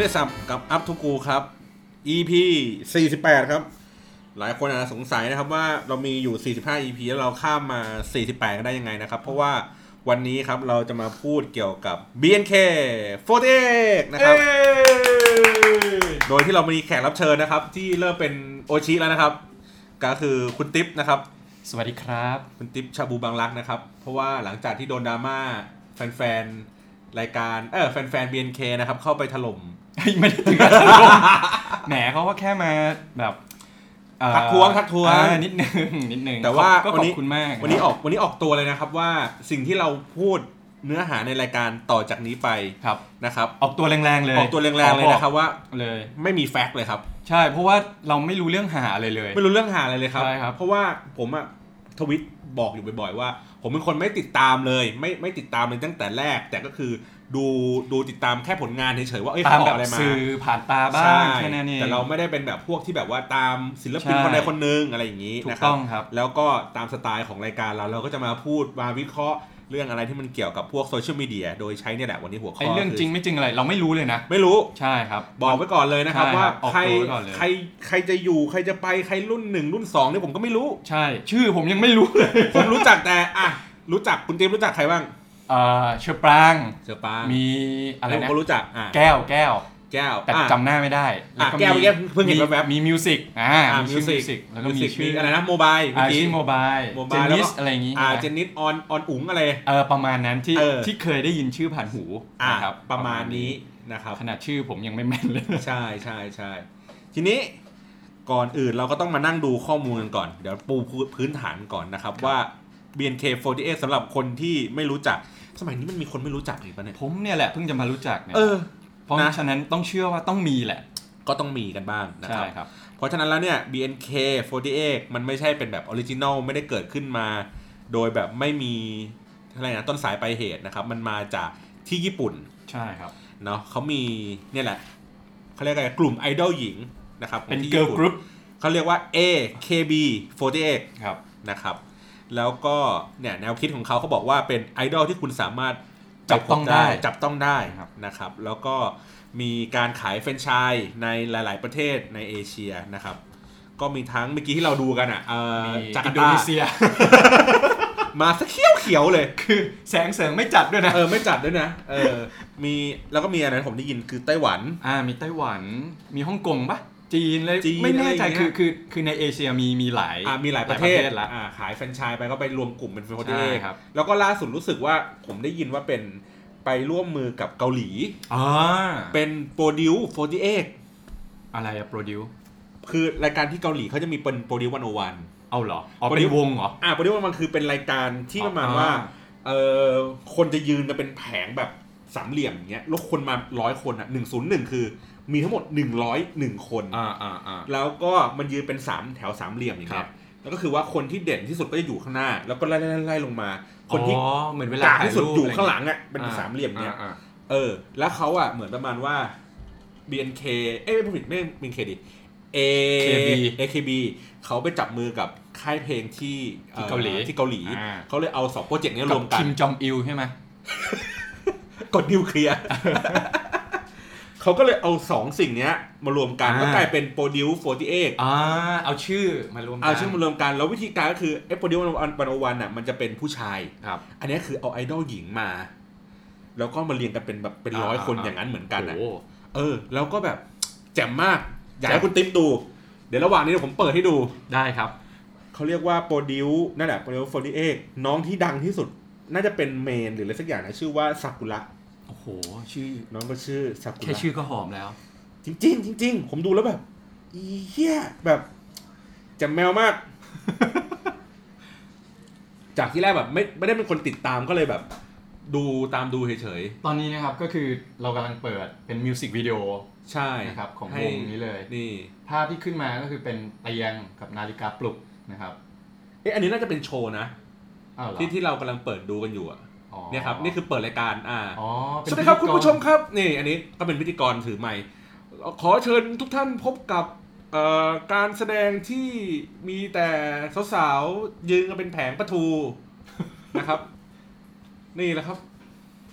ได้สับกับอัพทูกูครับ EP 48 ครับ หลายคนอาจจะสงสัยนะครับว่าเรามีอยู่ 45 EP แล้วเราข้ามมา 48กันได้ยังไงนะครับ เพราะว่าวันนี้ครับเราจะมาพูดเกี่ยวกับ BNK 48นะครับ โดยที่เรามีแขกรับเชิญนะครับ ที่เริ่มเป็นโอชิแล้วนะครับ ก็คือคุณติ๊บนะครับ สวัสดีครับ คุณติ๊บชาบูบางรักนะครับ เพราะว่าหลังจากที่โดนดราม่าแฟนๆ รายการเออแฟนๆ BNK นะครับ เข้าไปถล่ม ไม่ได้ถึงกับอารมณ์แหมเขาก็แค่มาแบบเอ่อ ทักท้วงทักท้วง อ่านิดนึง นิดนึง แต่ว่า ก็ขอบคุณมาก วันนี้ออกวันนี้ออกตัวเลยนะครับว่าสิ่งที่เราพูดเนื้อหาในรายการต่อจากนี้ไป ครับ นะครับ ออกตัวแรงๆเลย ออกตัวแรงๆเลยนะครับว่า เลย ไม่มีแฟกต์เลยครับ ใช่ เพราะว่าเราไม่รู้เรื่องหาอะไรเลย ไม่รู้เรื่องหาอะไรเลยครับ ใช่ครับ เพราะว่าผมอะทวิตบอกอยู่บ่อยๆว่า ผมเป็นคนไม่ติดตามเลย ไม่ไม่ติดตามเลยตั้งแต่แรก แต่ก็คือดูดูติดตามแค่ผลงานเฉยๆว่าเอ้ย ตาม เขาอ แบอก บ อะไรมา สื่อผ่านตาบ้า ใช่ งแค่นั้นเอง แต่เราไม่ได้เป็นแบบพวกที่แบบว่าตามศิลปิน ใช่ คนใดคนหนึ่งอะไรอย่างนี้ ถู นะ ก ครั ต้ บ องครับ แล้วก็ตามสไตล์ของรายการเราเราก็จะมาพูดมาวิเคราะห์เรื่องอะไรที่มันเกี่ยวกับพวกโซเชียลมีเดียโดยใช้เนี่ยแหละวันนี้หัวข้อ ไอ้เรื่อง คื จริงไม่จริงอะไร เราไม่รู้เลยนะ ไม่รู้ ใช่ครับ บอกไว้ก่อนเลยนะครับ ใช่ ว่า ครับออก ใคร ตัวไว้ก่อนเลย ใครใครจะอยู่ใครจะไปใครรุ่นหนึ่งรุ่นสองเนี่ยผมก็ไม่รู้ ใช่ ชื่อผมยังไม่รู้เลย ผมรู้จักแต่อ่ะรู้จักคุณเจมส์รู้จักใครบ้าง เอ่อเชอปราง เสือปา มีอะไร ผม นะ ก็รู้จักอ่ะ แก้วแก้ว แก้ว แต่ อ่ะ จำหน้าไม่ได้ล้ว อ่ะแก้วเมื่อกี้เพิ่งเห็น มี แว๊บๆ มีมิวสิกอ่า อ่ะ มี มิ ชื่ ว อ สิกมิวสิกแล้วก็มี มิวสิก ชื่อ มี อะ อะไรนะโมบายเมื่อ อ่า กี้ ชื่อโมบาย โม เจ บาย น แล้ว นิ ก็ สอะไรอย่างงี้ อ่า นะ เจนนิสออนออนอุ๋งอะไร เออประมาณนั้นที่ เออ ที่เคยได้ยินชื่อผ่านหู อ่ะ นะครับ ประมาณนี้นะครับ ขนาดชื่อผมยังไม่แม่นเลย ใช่ใช่ใช่ทีนี้ก่อนอื่นเราก็ต้องมานั่งดูข้อมูลกันก่อน เดี๋ยวปูพื้นฐานก่อนนะครับว่า BNK48 สำหรับคนที่ไม่รู้จัก สมัยนี้มันมีคนไม่รู้จักอีกปะเนี่ย ผมเนี่ยแหละเพิ่งจะมารู้จักเนี่ย เออ เพราะ นะ ฉะนั้นต้องเชื่อว่าต้องมีแหละ ก็ต้องมีกันบ้างนะค ใช่ รับ ครับ เพราะฉะนั้นแล้วเนี่ย BNK48 มันไม่ใช่เป็นแบบออริจินอลไม่ได้เกิดขึ้นมา โดยแบบไม่มีอะไรนะต้นสายปลายเหตุนะครับ มันมาจากที่ญี่ปุ่น ใช่ครับ เนาะเขามีเนี่ยแหละเขาเรียกอะไรกลุ่มไอดอลหญิงนะครับ เป็น ที่ เกิร์ล ญี่ กรุ๊ป เขาเรียกว่า AKB48 ครับ นะครับ แล้วก็เนี่ยแนวคิดของเขาเขาบอกว่าเป็นไอดอลที่คุณสามารถ จับต้องได้ จับต้องได้ ครับ นะครับ แล้วก็มีการขายแฟรนไชส์ในหลาย ๆ ประเทศในเอเชียนะครับ ก็มีทั้งเมื่อกี้ที่เราดูกันอ่ะเอ่อ มี จากา อิน ร์ โด ตา นีเซีย มาสักเขียวเขียวๆเลย คือแสงเสริงไม่จัดด้วยนะ เออไม่จัดด้วยนะเออมีแล้วก็มีอะไรผมได้ยินคือไต้หวัน อ่ามีไต้หวันมีฮ่องกงปะจีนเลย จีน ไม่แน่ใจ อะไรอย่างเงี้ย คือคือคือในเอเชียมีมีหลาย อ่ะมีหลายประเทศ ละ อ่ะขายแฟรนไชส์ไปก็ไปรวมกลุ่มเป็นโฟเด ใช่ ก ครับ แล้วก็ล่าสุดรู้สึกว่าผมได้ยินว่าเป็นไปร่วมมือกับเกาหลี อ่า เป็นโปรดิวโฟร์เอก อะไรอะโปรดิว คือรายการที่เกาหลีเขาจะมีเป็นโปรดิววันโอวัน เอาเหรออ๋อ Produce เป็นวงเหรอ อ่ะโปรดิววันมันคือเป็นรายการที่ประมาณ อ๋อ ว่าเออคนจะยืนจะเป็นแผงแบบสามเหลี่ยมอย่างเงี้ยแล้วคนมาร้อยคนอ่ะหนึ่งศูนย์หนึ่งคือมีทั้งหมดหนึ่งร้อยหนึ่งคน อ่าอ่าอ่า แล้วก็มันยืนเป็นสามแถวสามเหลี่ยมอย่าง ครั เงี้ย บ แล้วก็คือว่าคนที่เด่นที่สุดก็จะอยู่ข้างหน้า แล้วก็ไล่ไล่ไล่ไล่ลงมา ค คน น ที่ ที่เหมือนเวลา จาก ถ่าย ที่สุด รูป อยู่ อะไร ข้างหลังอ่ะเป็น อ่ สามเหลี่ยมเนี่ย อ่า เออ แล้วเขาอ่ะเหมือนประมาณว่า BNK เอ้ยไม่ผิดไม่ BNK ดิ A AKB เขาไปจับมือกับค่ายเพลงที่อ่อที่เกาหลี เขาเลยเอาสองโปรเจกต์เนี้ย บ รวมกั คิ น มจองอิลใช่ไหม กดนิวเคลียร์ เขาก็เลยเอาสองสิ่งเนี้ยมารวมกันก็กลายเป็นโปรดิว48 อ่าเอาชื่อมารวมกัน เอาชื่อมารวมกันแล้ววิธีการก็คือเอโปรดิววันวันวันอ่ะมันจะเป็นผู้ชาย ครับ อันนี้คือเอาไอดอลหญิงมา แล้วก็มาเรียงกันเป็นแบบเป็นร้อย อ่า คน อ่า อย่างนั้นเหมือนกันอ่ะ โอ้ เออ แล้วก็แบบแจ่มมาก อยากให้ แจ่ม คุณติ๊บดู เดี๋ยวระหว่างนี้เดี๋ยวผมเปิดให้ดู ได้ครับ เขาเรียกว่าโปรดิวนั่นแหละโปรดิวฟอรีเอกน้องที่ดังที่สุด น่าจะเป็นเมนหรืออะไรสักอย่างนะชื่อว่าซากุระ โอ้โห ชื่อ น้องก็ชื่อซากุ แค่ ระ ชื่อก็หอมแล้ว จริงจริงๆจริงๆผมดูแล้วแบบอีเหี้ยแบบแจ่มแมว มาก จากที่แรกแบบไม่ไม่ได้เป็นคนติดตามก็เลยแบบ ดูตามดูเฉย ตอนนี้นะครับก็คือเรากำลังเปิดเป็นมิวสิกวิดีโอ ๆใช่ นะครับของ ให้ วงนี้เลย นี่ ภาพที่ขึ้นมาก็คือเป็นเตียงกับนาฬิกาปลุกนะครับ เอ๊ะอันนี้น่าจะเป็นโชว์นะ อ้าวเหรอ ที่ที่เรากำลังเปิดดูกันอยู่อะ อ๋อ เนี่ยครับ นี่คือเปิดรายการอ่า อ๋อเป็น สวัสดีครับ พิ คุณ ธีก ผู้ชมครับ นี่ อันนี้ก็เป็นพิธีกรถือไมค์ขอเชิญทุกท่านพบกับเอ่อการแสดงที่มีแต่สาวๆ ยืนกันเป็นแผงประทู นะครับ นี่แหละครับ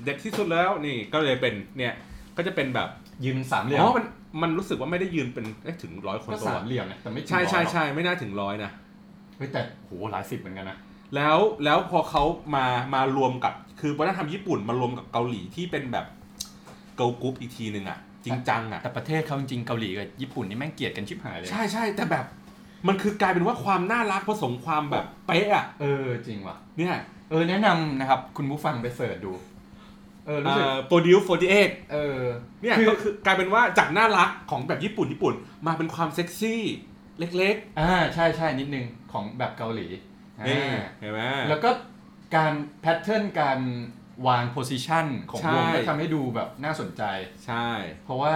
เด็ดที่สุดแล้วนี่ก็เลยเป็นเนี่ยก็จะเป็นแบบ ยืนเป็นสามเหลี่ยม อ๋อมันมันรู้สึกว่าไม่ได้ยืนเป็นเอ๊ะถึงร้อยคน ก็ ตัว สามเหลี่ยมนะแต่ไม่ถึง ใช่ใช่ ร้อยหรอก ใช่ไม่น่าถึงร้อยนะ เฮ้ยแต่โหหลายสิบเหมือนกันนะ แล้วแล้วพอเขามามารวมกับคือวัฒนธรรมญี่ปุ่นมารวมกับเกาหลีที่เป็นแบบเกาลกรุ๊ปอีกทีหนึ่งอ่ะ จริงจังอ่ะ แต่ประเทศเขาจริงๆเกาหลีกับญี่ปุ่นนี่แม่งเกลียดกันชิบหายเลย ใช่ใช่แต่แบบมันคือกลายเป็นว่าความน่ารักผสมความแบบ เป๊ะอ่ะ เออจริงว่ะ เนี่ย เออแนะนำนะครับ คุณผู้ฟังไปเสิร์ชดู เออรู้สึก โปรดิวโฟร์ดีเอ็ก เออ เนี่ย คือ ก็คือกลายเป็นว่าจากน่ารักของแบบญี่ปุ่นญี่ปุ่นมาเป็นความเซ็กซี่เล็ก อ่าใช่ใช่นิดนึงของแบบเกาหลี ๆนี่ อ่า เห็นไหม แล้วก็การแพทเทิร์นการวางโพซิชันของ ใช่ วงก็ทำให้ดูแบบน่าสนใจ ใช่ เพราะว่า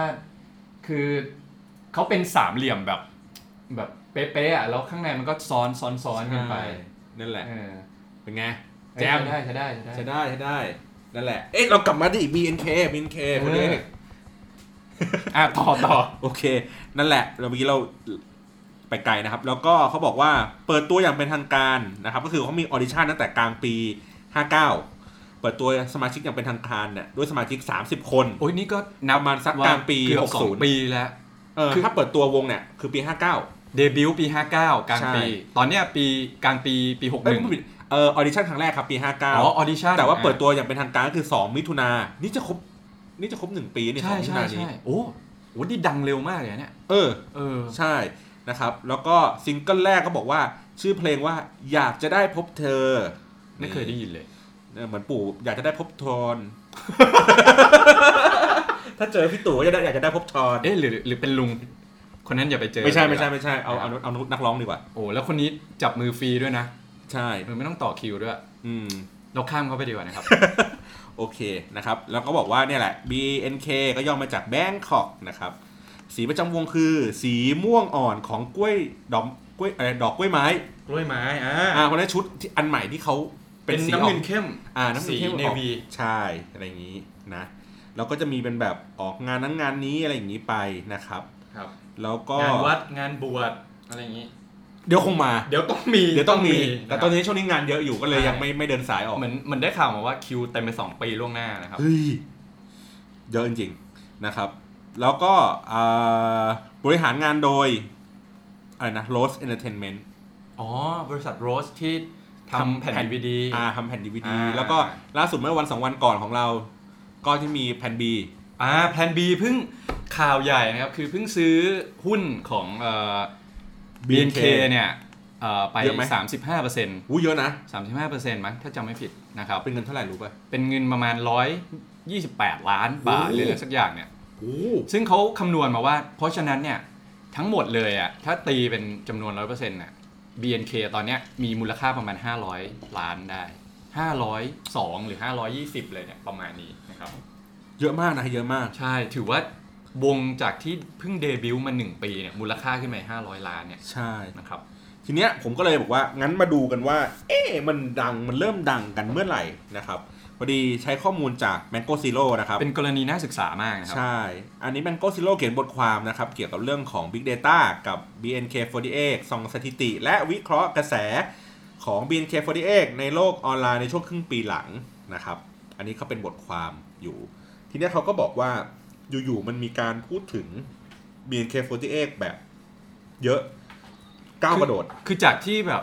คือเขาเป็นสามเหลี่ยมแบบแบบเป๊ะๆอ่ะแล้วข้างในมันก็ซ้อนซ้อนซ้อนกันไป ใช่นั่นแหละ เออ เป็นไง เอ้ย แจม ใช้ได้ใช้ได้ใช้ได้ ใช่ได้ใช่ได้ นั่นแหละ เอ๊ะ เรากลับมาที่อีก BNK BNK คนนี้ เออ อ่ะต่อต่อ โอเค นั่นแหละ เราเมื่อกี้เราไปไกลนะครับ แล้วก็เขาบอกว่าเปิดตัวอย่างเป็นทางการนะครับ ก็คือเขามีออดิชั่นตั้งแต่กลางปี 59 เปิดตัวสมาชิกอย่างเป็นทางการเนี่ยด้วยสมาชิก 30 คน โอ้ยนี่ก็ ประมาณสักกลางปี เกือบสอง 60 ปีแล้ว เออ คือ ถ้าเปิดตัววงเนี่ย คือปี 59 เดบิวต์ปี 59 กลางปี ใช่ ตอนเนี้ยปีกลางปีปี เอ้ย 61 ไม่ผิดเออออดิชั่นครั้งแรกครับปี อ๋อ59ออดิชั่น แต่ว่าเปิดตัวอย่างเป็นทางการก็คือ 2 มิถุนานี่จะครบนี่จะครบหนึ่งปีนี่ส ใช่ องมิถุ ใช่ นานี้ ใช่โอ้โหนี่ดังเร็วมากเลยนะเนี่ย เออ เออ ใช่นะครับ แล้วก็ซิงเกิลแรกก็บอกว่า ชื่อเพลงว่าอยากจะได้พบเธอ ไม่เคยได้ยินเลย เออเหมือนปู่อยากจะได้พบทอน ถ้าเจอพี่ตู่ก็จะได้อยากจะได้พบทอน เอ๊ะหรือหรือเป็นลุง คนนั้นอย่าไปเจอ ไม่ใช่ไม่ใช่ไม่ใช่เอาเอาเอานักร้องดีกว่า โอ้แล้วคนนี้จับมือฟรีด้วยนะ ใช่ เออไม่ต้องต่อคิวด้วย อืม เราข้ามเขาไปดีกว่านะครับ โอเคนะครับ แล้วก็บอกว่าเนี่ยแหละ BNK ก็ย่อมาจากแบงคอกนะครับ สีประจำวงคือ สีม่วงอ่อนของกล้วยดอกกล้วยอะไรดอกกล้วยไม้ กล้วยไม้อ่า อ่าเพราะฉะนั้นชุดที่อันใหม่ที่เขาเป็นสีอ น้ำ อก เงินเข้ม อ่าน้ำเงิน สี เข้มออก เนวี ใช่อะไรอย่างนี้นะแล้วก็จะมีเป็นแบบออกงานนั้นงานนี้อะไรอย่างนี้ไปนะครับ ครับ แล้วก็ งานวัดงานบวชอะไรอย่างนี้ เดี๋ยวคงมา เดี๋ยวต้องมี เดี๋ยวต้องมี ะครับ แต่ตอนนี้ช่วงนี้งานเยอะอยู่ก็เลย ใช่ ยังไม่ไม่เดินสายออก เหมือนเหมือนได้ข่าวมาว่าคิวเต็มไปสองปีล่วงหน้านะครับ เฮ้ยเยอะจริงๆนะครับ แล้วก็อ่าบริหารงานโดยอะไรนะ Rose Entertainment อ๋อ บริษัทโรสที่ทำแผ่น ทำแผ่น ดีวดี อ่าทำแผ่นดีวดี อ่า แล้วก็ล่าสุดเมื่อวันสองวันก่อนของเรา ก็ที่มีแผ่น B อ่าแพลน B เพิ่งข่าวใหญ่นะครับ คือเพิ่งซื้อหุ้นของเอ่อ BNK เนี่ยเอ่อไป เยอะไหม 35เปอร์เซ็นต์ อู้เยอะนะ 35เปอร์เซ็นต์มั้งถ้าจำไม่ผิดนะครับ เป็นเงินเท่าไหร่รู้ป่ะ เป็นเงินประมาณ 128 ล้านบาท โอ้ หรืออะไรสักอย่างเนี่ย โอ้ ซึ่งเขาคำนวณมาว่า เพราะฉะนั้นเนี่ย ทั้งหมดเลยอ่ะถ้าตีเป็นจำนวน 100%เนี่ย BNK ตอนเนี้ยมีมูลค่าประมาณ 500 ล้านได้ 502 หรือ 520 เลยเนี่ยประมาณนี้นะครับ เยอะมากนะเยอะมาก ใช่ถือว่าวงจากที่เพิ่งเดบิวต์มา 1 ปีเนี่ยมูลค่าขึ้นไป 500 ล้านเนี่ย ใช่ นะครับ ทีเนี้ยผมก็เลยบอกว่างั้นมาดูกันว่า เอ๊ะมันดังมันเริ่มดังกันเมื่อไหร่นะครับพอดีใช้ข้อมูลจาก Mango Zero นะครับ เป็นกรณีน่าศึกษามากนะครับ ใช่ อันนี้ Mango Zero เขียนบทความนะครับ เกี่ยวกับเรื่องของ Big Data กับ BNK48 ส่องสถิติ และวิเคราะห์กระแสของ BNK48 ในโลกออนไลน์ในช่วงครึ่งปีหลังนะครับ อันนี้เขาเป็นบทความอยู่ ทีเนี้ยเขาก็บอกว่าอยู่ๆมันมีการพูดถึง BNK48 แบบเยอะก้าวกระโดด คือจากที่แบบ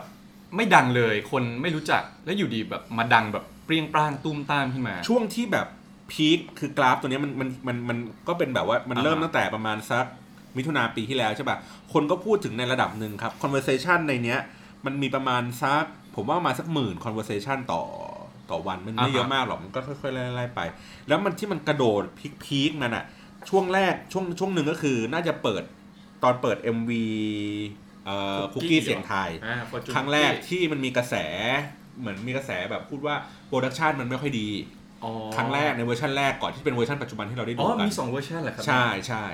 ไม่ดังเลยคนไม่รู้จักแล้วอยู่ดีแบบมาดังแบบเปรี้ยงปร้างตุ้มตามขึ้นมา ช่วงที่แบบพีคคือกราฟตัวเนี้ยมันมันมันมันก็เป็นแบบว่ามัน อ่าฮะ เริ่มตั้งแต่ประมาณสักมิถุนาปีที่แล้วใช่ป่ะ คนก็พูดถึงในระดับหนึ่งครับ conversation ในเนี้ย มันมีประมาณสักผมว่าประมาณสักหมื่น conversation ต่อต่อวันมันไม่เยอะมากหรอก มันก็ค่อยๆไล่ๆไป แล้วมันที่มันกระโดดพีคๆมันอะช่วงแรกช่วงช่วงหนึ่งก็คือน่าจะเปิดตอนเปิด MV เอ่อคุกกี้เสียงไทย อ่า Fortune ครั้งแรกที่มันมีกระแสเหมือนมีกระแสแบบพูดว่าโปรดักชันมันไม่ค่อยดี อ๋อ ครั้งแรกในเวอร์ชันแรกก่อนที่เป็นเวอร์ชันปัจจุบันที่เราได้ดูอ๋อ กั มี น สองเวอร์ชันเหรอครั ใช่ใช่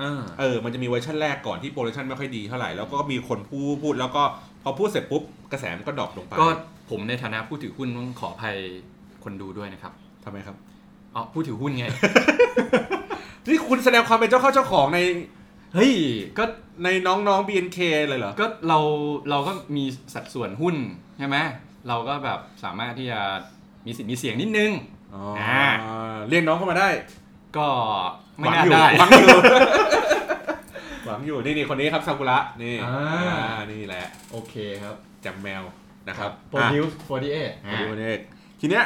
อ่า เออ มันจะมีเวอร์ชันแรกก่อนที่โปรดักชันไม่ค่อยดีเท่าไหร่แล้วก็มีคนพูดพูดแล้วก็พอพูดเสร็จปุ๊บกระแสมันก็ดรอปลงไป ก็ผมในฐานะผู้ถือหุ้นต้องขออภัยคนดูด้วยนะครับ ทำไมครับ อ๋อผู้ถือหุ้นไง นี่คุณแสดงความเป็นเจ้าเข้าเจ้าของใน เฮ้ยก็ ในน้องๆ BNK เลยเหรอ ก็เราเราก็มีสัดส่วนหุ้นใช่ไหมเราก็แบบสามารถที่จะมีสิทธิ์มีเสียงนิดนึง อ๋ออ่าเรียกน้องเข้ามาได้ ก็ไม่ หวังอน่ายู่ ได้ หวัง อยู่หวังอยู่นี่นี่คนนี้ครับซากุระนี่ อ่า อ่านี่แหละ โอเคครับ จำแมวนะครับ โปร อ่ะ ดิวส์48 ผมดูตัวเลขทีเนี้ย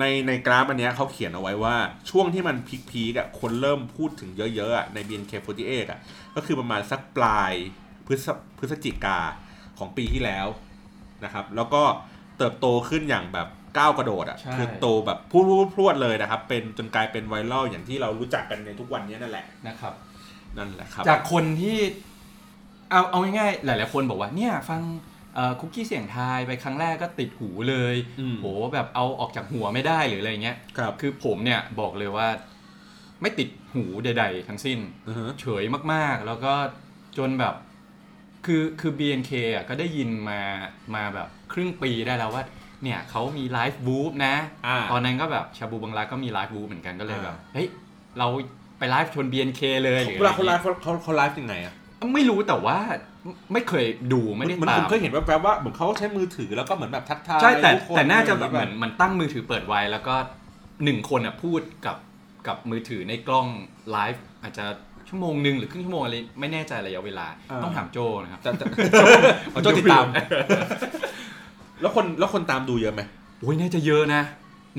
ในในกราฟอันเนี้ยเขาเขียนเอาไว้ว่าช่วงที่มันพีคๆอ่ะคนเริ่มพูดถึงเยอะๆอ่ะใน BNK48 อ่ะก็คือประมาณสักปลายพฤศพฤศจิกาของปีที่แล้วนะครับแล้วก็เติบโตขึ้นอย่างแบบก้าวกระโดดอ่ะ ใช่ คือโตแบบพรวดพรวดพรวดเลยนะครับเป็นจนกลายเป็นไวรัลอย่างที่เรารู้จักกันในทุกวันเนี้ยนั่นแหละ นะครับ นั่นแหละครับ จากคนที่เอาเอาง่ายๆหลายๆคนบอกว่าเนี่ยฟังเอ่อคุกกี้เสียงทายไปครั้งแรกก็ติดหูเลย อืม โหแบบเอาออกจากหัวไม่ได้หรืออะไรเงี้ย ครับ คือผมเนี่ยบอกเลยว่า ไม่ติดหูใด ๆ ทั้งสิ้น อือฮึ เฉยมากๆ แล้วก็จนแบบคือคือ BNK อ่ะก็ได้ยินมามาแบบครึ่งปีได้แล้วว่า เนี่ยเขามีไลฟ์บูฟนะ อ่า ตอนนั้นก็แบบชาบูบังลาก็มีไลฟ์บูฟเหมือนกันก็เลย อ่า แบบเฮ้ยเราไปไลฟ์ชน BNK เลยหรือ เวลาเขาไล อะไร ฟ์เขาเขาเขาไลฟ์ยังไงอ่ะ ไม่รู้แต่ว่าไม่เคยดูไม่ได้ เหมือน ตา ผม ม เคยเห็นแวบๆว่าเหมือนเขาใช้มือถือแล้วก็เหมือนแบบทักทาย ใช่แต่ ทุกค แต่น่าจะแบบ ะไร เห ย่งมือน งี้ย มันตั้งมือถือเปิดไว้แล้วก็หนึ่งคนอ่ะพูดกับกับมือถือในกล้องไลฟ์อาจจะชั่วโมงหนึ่งหรือครึ่งชั่วโมงอะไรไม่แน่ใจระยะเวลา อ่า ต้องถามโจนะครับ แต่แต่ โจติดตาม แล้วคนแล้วคนตามดูเยอะไหม โอ้ยน่าจะเยอะนะ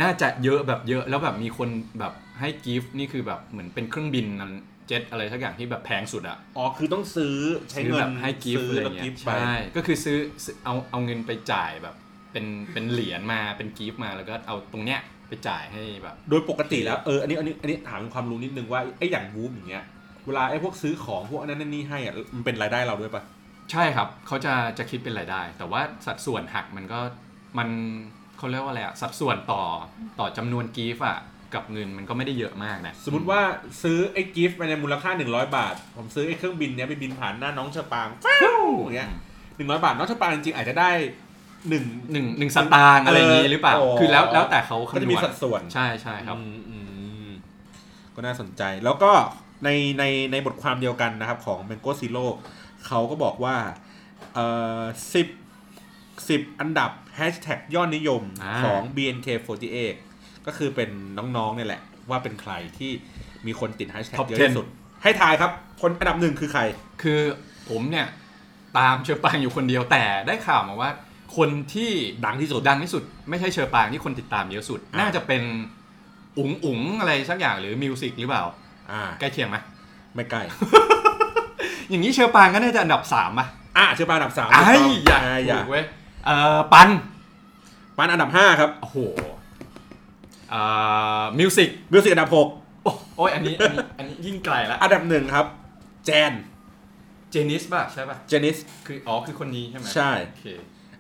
น่าจะเยอะแบบเยอะแล้วแบบมีคนแบบให้กิฟต์นี่คือแบบเหมือนเป็นเครื่องบินนั้นเจ็ตอะไรสักอย่างที่แบบแพงสุดอะ อ๋อ คือต้องซื้อใช้ ซื้อ เงิ แบ น บให้กิฟต์ ซื้ อะไร แล้ว เงี้ กิ ย ฟต์ไป ใช่ ก็คือซื้อซื้อเอาเอาเงินไปจ่ายแบบ เป็นเป็นเหรียญมาเป็นกิฟต์มาแล้วก็เอาตรงเนี้ยไปจ่ายให้แบบ โดยปกติแล้ว เออ อันนี้ อันนี้ อันนี้ถามเป็นความรู้นิดนึงว่า ไอ้อย่างวูมอย่างเงี้ย เวลาไอ้พวกซื้อของพวกอันนั้นอันนี่ให้อ่ะ มันเป็นรายได้เราด้วยปะ ใช่ครับเขาจะจะคิดเป็นรายได้ แต่ว่าสัดส่วนหักมันก็มันเขาเรียกว่าอะไรอะสัดส่วนต่อต่อจำนวนกิฟต์อะกับเงินมันก็ไม่ได้เยอะมากนะ สมมติว่าซื้อไอ้กิฟต์ไปในมูลค่า 100 บาท ผมซื้อไอ้เครื่องบินเนี้ยไปบินผ่านหน้าน้องเชอ ปางแฟ้วอย่างเงี้ยหนึ่งร้อยบาท น้องเชอปางจริงๆอาจจะได้หนึ่ง หนึ่งหนึ่งสตางค์อะไรอย่างนี้หรือเปล่า เออ คือแล้วแล้วแต่เขา ก็ คำน จะมี วณ สัดส่วน ใช่ใช่ครับ อืมอืมก็น่าสนใจแล้วก็ในในในบทความเดียวกันนะครับของ Mango Zero เขาก็บอกว่าเอ่อสิบสิบอันดับแฮชแท็กยอดนิยม อ่า ของ BNK48 ก็คือเป็นน้องๆเนี่ยแหละ ว่าเป็นใครที่มีคนติดแฮชแท็ก Top เยอะที่สุด ให้ทายครับ คนอันดับหนึ่งคือใคร คือผมเนี่ยตามเชอปางอยู่คนเดียวแต่ได้ข่าวมาว่า คนที่ ดังที่สุด ดังที่สุด ไม่ใช่เชอปางที่คนติดตามเยอะสุด อ่ะ น่าจะเป็นอุ๋งอุ๋งอะไรสักอย่างหรือมิวสิกหรือเปล่า อ่า ใกล้เคียงไหม ไม่ใกล้ อย่างนี้เชอปางก็น่าจะอันดับ3ามป่ะ อ่ะเชื่อปานอันดับสาม ไอ้ ถูก อ ต้ ย่าง อ่าอย่า ถูกเว้ยเอ่อปัน ปานอันดับห้าครับ โอ้โหเอ่อมิวสิก มิวสิกอันดับหก โอ้ยอันนี้อันนี้อันนี้ยิ่งไกลละ อันดับหนึ่งครับแจน เจนิสป่ะใช่ป่ะ เจนิส คืออ๋อคือคนนี้ใช่ไหม ใช่ โอเค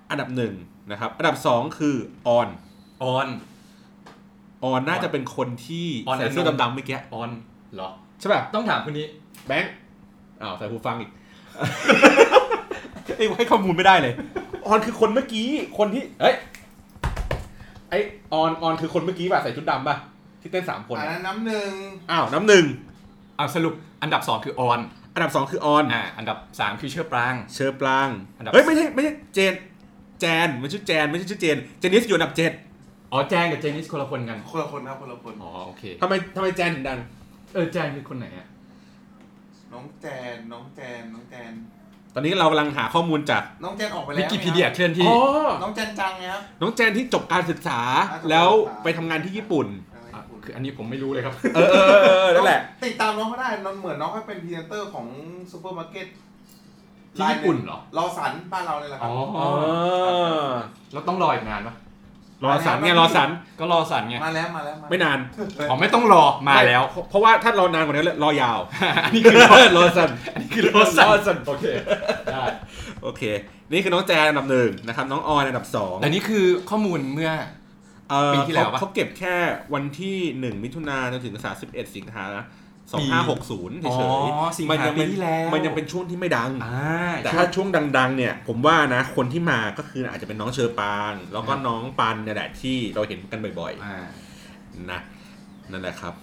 อันดับหนึ่งนะครับ อันดับสองคือออน ออน ออนน่าจะเป็นคนที่ ออน ใส่เสื้อดำๆเมื่อกี้ ออนเหรอ ใช่ป่ะ ต้องถามคนนี้ แบงค์อ้าวใส่หูฟั งอีก ไอ้ยให้ข้อมูลไม่ได้เลย ออนคือคนเมื่อกี้ คนที่ เฮ้ย ไอออนออนคือคนเมื่อกี้ป่ะใส่ชุดดำป่ะ ที่เต้นสามคน อัน อะ นั้นน้ำหนึ่ง อ้าวน้ำหนึ่ง เอาสรุปอันดับ 2 คือออน อันดับสองคือออน อ่าอันดับ 3 คือเชื่อปราง เชอร์ปราง อันดับ เฮ้ยไม่ใช่ไม่ใช่เจน แจนมันชื่อแจนไม่ใช่ชื่อเจน เจนิสอยู่อันดับเจ็ด อ๋อแจงกับเจนิสคนละคนกัน คนละคนครับคนละคน อ๋อโอเค ทำไมทำไมแจนถึงดัง เออแจงคือคนไหนอ่ะ น้องแจนน้องแจนน้องแจน ตอนนี้เรากำลังหาข้อมูลจาก น้องแจนออกไปแล้ว วิ ไงครับ กิพีเดียเคลื่อนที่ อ๋อ น้องแจนจังไงครับ น้องแจนที่จบการศึกษา อ่าจบการศึกษา แล้วไปทำงานที่ญี่ปุ่น อ่ะคืออันนี้ผมไม่รู้เลยครับ เออเออเออนั่นแหละ ติดตามน้องเขาได้น้องเหมือนน้องเขาเป็นพรีเซนเตอร์ของซูเปอร์มาร์เก็ต ที่ญี่ปุ่นเหรอ ลอสันบ้านเราเลยแหละครั อ๋อ อ๋อ แล้วต้องรออีกนานปะ รอสันเนี่ยรอสัน ก็รอสันไง มาแล้วมาแล้วมาแล้ว ไม่นาน อ๋อไม่ต้องรอมาแล้ว เพระเพราะว่าถ้ารอนานกว่านี้รอยาว อันนี้คือ รอสัน อันนี้คือรอสันโอเคได้ โอเค นี่คือน้องแจนอันดับหนึ่งนะครับ น้องออนอันดับสอง แต่นี่คือข้อมูลเมื่อ เออ ปีที่แล้วปะ เขาเขาเก็บแค่วันที่หนึ่งมิถุนาจนถึง31สิงหาสองห้าหกศูนย์ อ๋ เฉ อย สิงหา ๆมัยัเป็ ปีที่แล้ว มันยังเป็นช่วงที่ไม่ดัง อ่า แต่ ช่ว ถ้าง ช่วงดังๆ เนี่ย ผมว่านะ คนที่มาก็คืออาจจะเป็นน้องเชอปาง แล้วก็ ครับ น้องปันเนี่ยแหละที่เราเห็นกันบ่อยๆ อ่า นะนั่นแหละครับ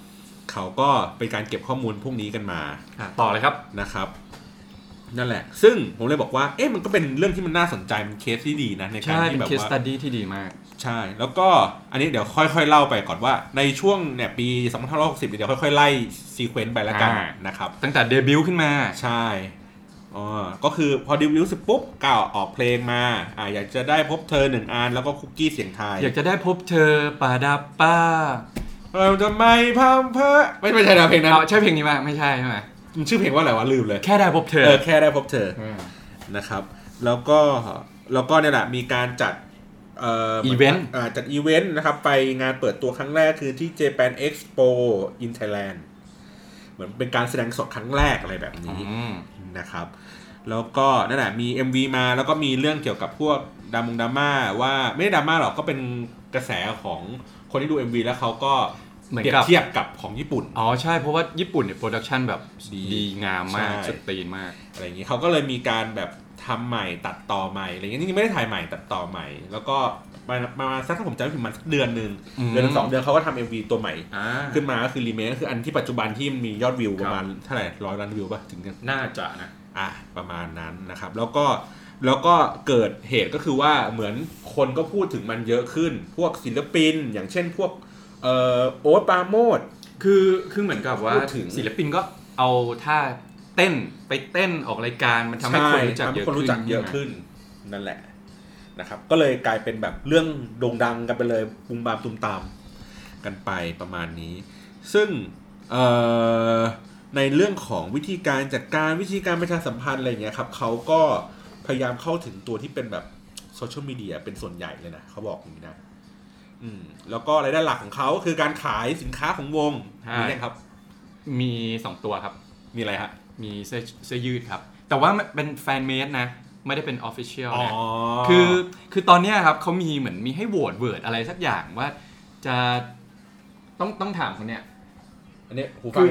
เขาก็เป็นการเก็บข้อมูลพวกนี้กันมา ต่อเลยครับ นะครับ นั่นแหละ ซึ่งผมเลยบอกว่า เอ๊ะมันก็เป็นเรื่องที่มันน่าสนใจมันเคสที่ดีนะในการ ใช่ ที่ เป็น แบบ เคส ว่า ตัดดี้ที่ดีมาก ใช่ แล้วก็อันนี้เดี๋ยวค่อยๆ เล่าไปก่อนว่าในช่วงเนี่ยปี2560เดี๋ยวค่อยๆ ไล่ซีเควนต์ไปแล้วกัน อ่า นะครับ ตั้งแต่เดบิวต์ขึ้นมา ใช่อ๋อก็คือพอดิวิวส์ปุ๊บก้าวออกเพลงมาอ่าอยากจะได้พบเธอหนึ่งอันแล้วก็คุกกี้เสียงไทาย อยากจะได้พบเธอปาดาป้า เราจะไม่พามเพอไม่ไม่ใช่นะเพลงนั้น เอาใช่เพลงนี้ป่ะไม่ใช่ใช่ไหม มันชื่อเพลงว่าอะไรวะลืมเลย แค่ได้พบเธอ เออแค่ได้พบเธอ เออ นะครับ แล้วก็แล้วก็เนี่ยแหละมีการจัดเอ่อ อีเวนต์ าจัดอีเวนต์นะครับ ไปงานเปิดตัวครั้งแรกคือที่ Japan Expo in Thailand เหมือนเป็นการแสดงสดครั้งแรกอะไรแบบนี้ อืม นะครับ แล้วก็นั่นแหละมี MV มาแล้วก็มีเรื่องเกี่ยวกับพวกดามงดราม่าว่าไม่ได้ดราม่าหรอกก็เป็นกระแสของคนที่ดู MV แล้วเขาก็ เหมือน เปรีย กับ บเทียบกับของญี่ปุ่น อ๋อใช่เพราะว่าญี่ปุ่นเนี่ยโปรดักชันแบบ ดี ดีงามมาก ใช่ สตรีนมาก อะไรอย่างนี้เขาก็เลยมีการแบบทำใหม่ตัดต่อใหม่อะไรอย่างนี้นี่ไม่ได้ถ่ายใหม่ตัดต่อใหม่ แล้วก็ประมาณประมาณสักถ้าผมจำไม่ผิดมันสักเดือนหนึ่ง อืม เดือนหนึ่งสองเดือนเขาก็ทำ MV ตัวใหม่ อ่า ขึ้นมาก็คือรีเมคก็คืออันที่ปัจจุบันที่มันมียอดวิว ค ป รับ ระมาณเท่าไหร่ร้อยล้านวิวป่ะถึงกัน น่าจะนะ อ่ะประมาณนั้นนะครับ แล้วก็แล้วก็เกิดเหตุก็คือว่าเหมือนคนก็พูดถึงมันเยอะขึ้น พวกศิลปิน อย่างเช่นพวกเอ่อโอ๊ตปราโมด คือคือเหมือนกับว่า พูดถึง ศิลปินก็เอาท่าเต้นไปเต้นออกรายการมันทำให้คนรู้จักเยอะ ทำคน ขึ้น รู้จักเยอะขึ้นนั่นแหละนะครับ ก็เลยกลายเป็นแบบเรื่องโด่งดังกันไปเลยบุมบามตุมตามกันไปประมาณนี้ ซึ่งเอ่อในเรื่องของวิธีการจัดการวิธีการประชาสัมพันธ์อะไรอย่างเงี้ยครับเขาก็พยายามเข้าถึงตัวที่เป็นแบบโซเชียลมีเดียเป็นส่วนใหญ่เลยนะเขาบอกอย่างนี้นะอืมแล้วก็รายได้หลักของเขาคือการขายสินค้าของวงมีไหมครับ มีสองตัวครับ มีอะไรฮะ มีเสื้อเสื้อยืดครับ แต่ว่ามันเป็นแฟนเมดนะ ไม่ได้เป็นออฟฟิเชียล อ๋อ นะ คือคือตอนเนี้ยครับเขามีเหมือนมีให้โหวตเวิร์ดอะไรสักอย่างว่าจะต้องต้องถามคนเนี้ย อันนี้หูฟัง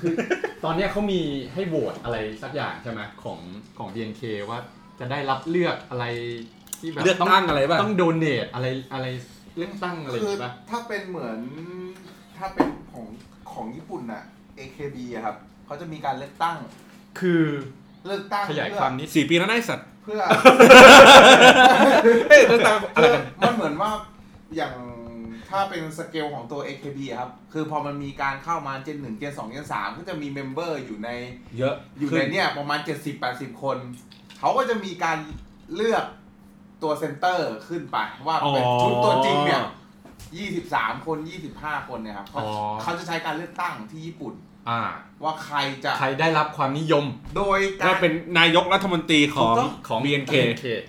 คือ นะ ตอนเนี้ยเขามีให้โหวตอะไรสักอย่างใช่ไหมของของ BNK ว่าจะได้รับเลือกอะไรที่แบบ เลือกตั้งอะไรป่ะ ต้องโดเนทอะไรอะไรเลือกตั้งอะไรอย่าง คือ งี้ป่ะ ถ้าเป็นเหมือนถ้าเป็นของของญี่ปุ่นน่ะ AKB อะครับเขาจะมีการเลือกตั้ง คือ เลือกตั้ง ขยาย เพื่อ ความนิด สี่ปีแล้วนะไอ้สัตว์ เพื่อ เฮ้ยตามอะไรกัเพื่อน มันเหมือนว่าอย่างถ้าเป็นสเกลของตัว AKB อะครับ คือพอมันมีการเข้ามาเจนหนึ่งเจนสองเจนสามก็จะมีเมมเบอร์อยู่ใน เยอะ อยู่ในเนี่ยประมาณ 70-80 คน เขาก็จะมีการเลือกตัวเซนเตอร์ขึ้นไป ว่าเป็นชุดตัวจริงเนี่ย 23 คน 25 คนเนี่ยครับเขา อ๋อ เขาจะใช้การเลือกตั้งที่ญี่ปุ่น อ่า ว่าใครจะ ใครได้รับความนิยม โดยกา ได้ ร เป็นนายกรัฐมนตรีของ ของ BNK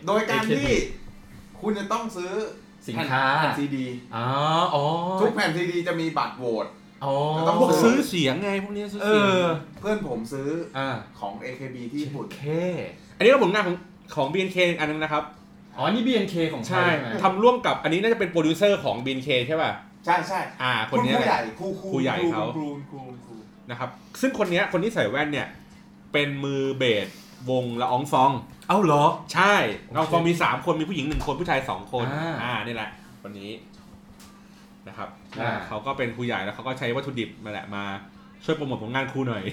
โดยการ AKB ที่คุณจะต้องซื้อ สินค้า แผ่นซีดี อ๋ออ๋อ ทุกแผ่นซีดีจะมีบัตรโหวต อ๋อ จะต้อง พวก ซื้ ซื้อเสียงไงพวกนี้ซื้อ เอ เสียง อ เพื่อนผมซื้อ อ่า ของ AKB ที่ญี่ปุ่น เค อันนี้ก็ผลงานของของ BNK อันนึงนะครับ อ๋อ นี่ BNK ของไทย ใช่ ไหม ทำร่วมกับอันนี้น่าจะเป็นโปรดิวเซอร์ของ BNK ใช่ป่ะ ใช่ใช่ อ่า ค คุ น ณ เนี้ย ผู้ แห ใหญ่ ละ ครูครู ครูใหญ่เขา ครูครูครู นะครับ ซึ่งคนเนี้ยคนที่ใส่แว่นเนี่ย เป็นมือเบสวงละอองฟอง เอ้าเหรอ ใช่ละอองฟองมี 3 คนมีผู้หญิง 1 คนผู้ชาย 2 คน อ่า อ่านี่แหละคนนี้นะครับ อ่า เขาก็เป็นครูใหญ่แล้วเขาก็ใช้วัตถุดิบมาแหละมาช่วยโปรโมทผลงานครูหน่อย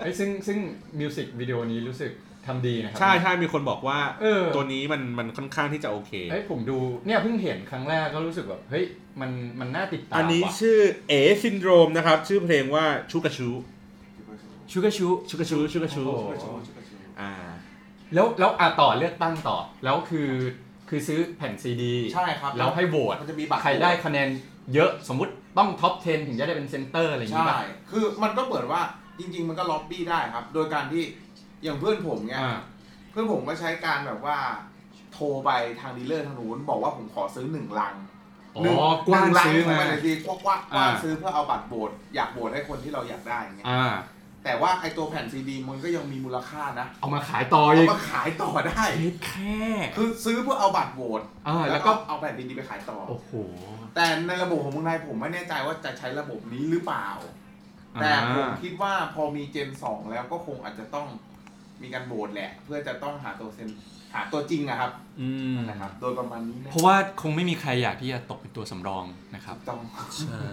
ไอ้ยซึ่งซึ่งมิวสิกวิดีโอนี้รู้สึกทำดีนะครั ใช่ใช่มีคนบอกว่า เออ ตัวนี้มันมันค่อนข้างที่จะโอเค เฮ้ยผมดูเนี่ยเพิ่งเห็นครั้งแรกก็รู้สึกแบบ เฮ้ย มันมันน่าติดตาม อันนี้ ว่ะ ชื่อเอซินโดรมนะครับ ชื่อเพลงว่าชูกระชู ชูกาชู ชูกระชูชูกระชู โอ้โห อ่า แล้วแล้วอ่ะต่อเลือกตั้งต่อ แล้วคือคือซื้อแผ่นซีดี ใช่ครับ แล้วให้โหวต มันจะมีบัตร ใครได้คะแนนเยอะสมมติต้องท็อป 10 ถึงจะได้เป็นเซนเตอร์อะไรอย่าง ใช่ งี้ป่ะ คือมันก็เหมือนว่าจริง ๆ มันก็ล็อบบี้ได้ครับ โดยการที่อย่างเพื่อนผมเนี่ย อ่า เพื่อนผมก็ใช้การแบบว่า โทรไปทางดีลเลอร์ทางนู้นบอกว่าผมขอซื้อหนึ่งลัง อ๋ หนึ่ง อกว้าง หนึ่ลั ซื้อ ขง มา นเลยดีกว้างกว้างกว้า อ่า งซื้อเพื่อเอาบัตรโหวตอยากโหวตให้คนที่เราอยากได้อย่างเงี้ย อ่า แต่ว่าไอตัวแผ่นซีดีมันก็ยังมีมูลค่านะ เอามาขายต่อ เอา อีก มาขายต่อได้ เอ็ดแค่ คือซื้อเพื่อเอาบัตรโหวต อ่า แล้ แล้ว ว ก็ ก็ เอาแผ่นดินนี้ไปขายต่อ โอ้โห แต่ในระบบของเมืองไทยผมไม่แน่ใจว่าจะใช้ระบบนี้หรือเปล่า แต่ผมคิดว่าพอมีเจน 2 แล้วก็คงอาจจะต้องมีการโหวตแหละ เพื่อจะต้องหาตัวเซนหาตัวจริงนะครับ อืม นะครับ โดยประมาณนี้นะ เพราะว่าคงไม่มีใครอยากที่จะตกเป็นตัวสำรองนะครับ ต้อง ใช่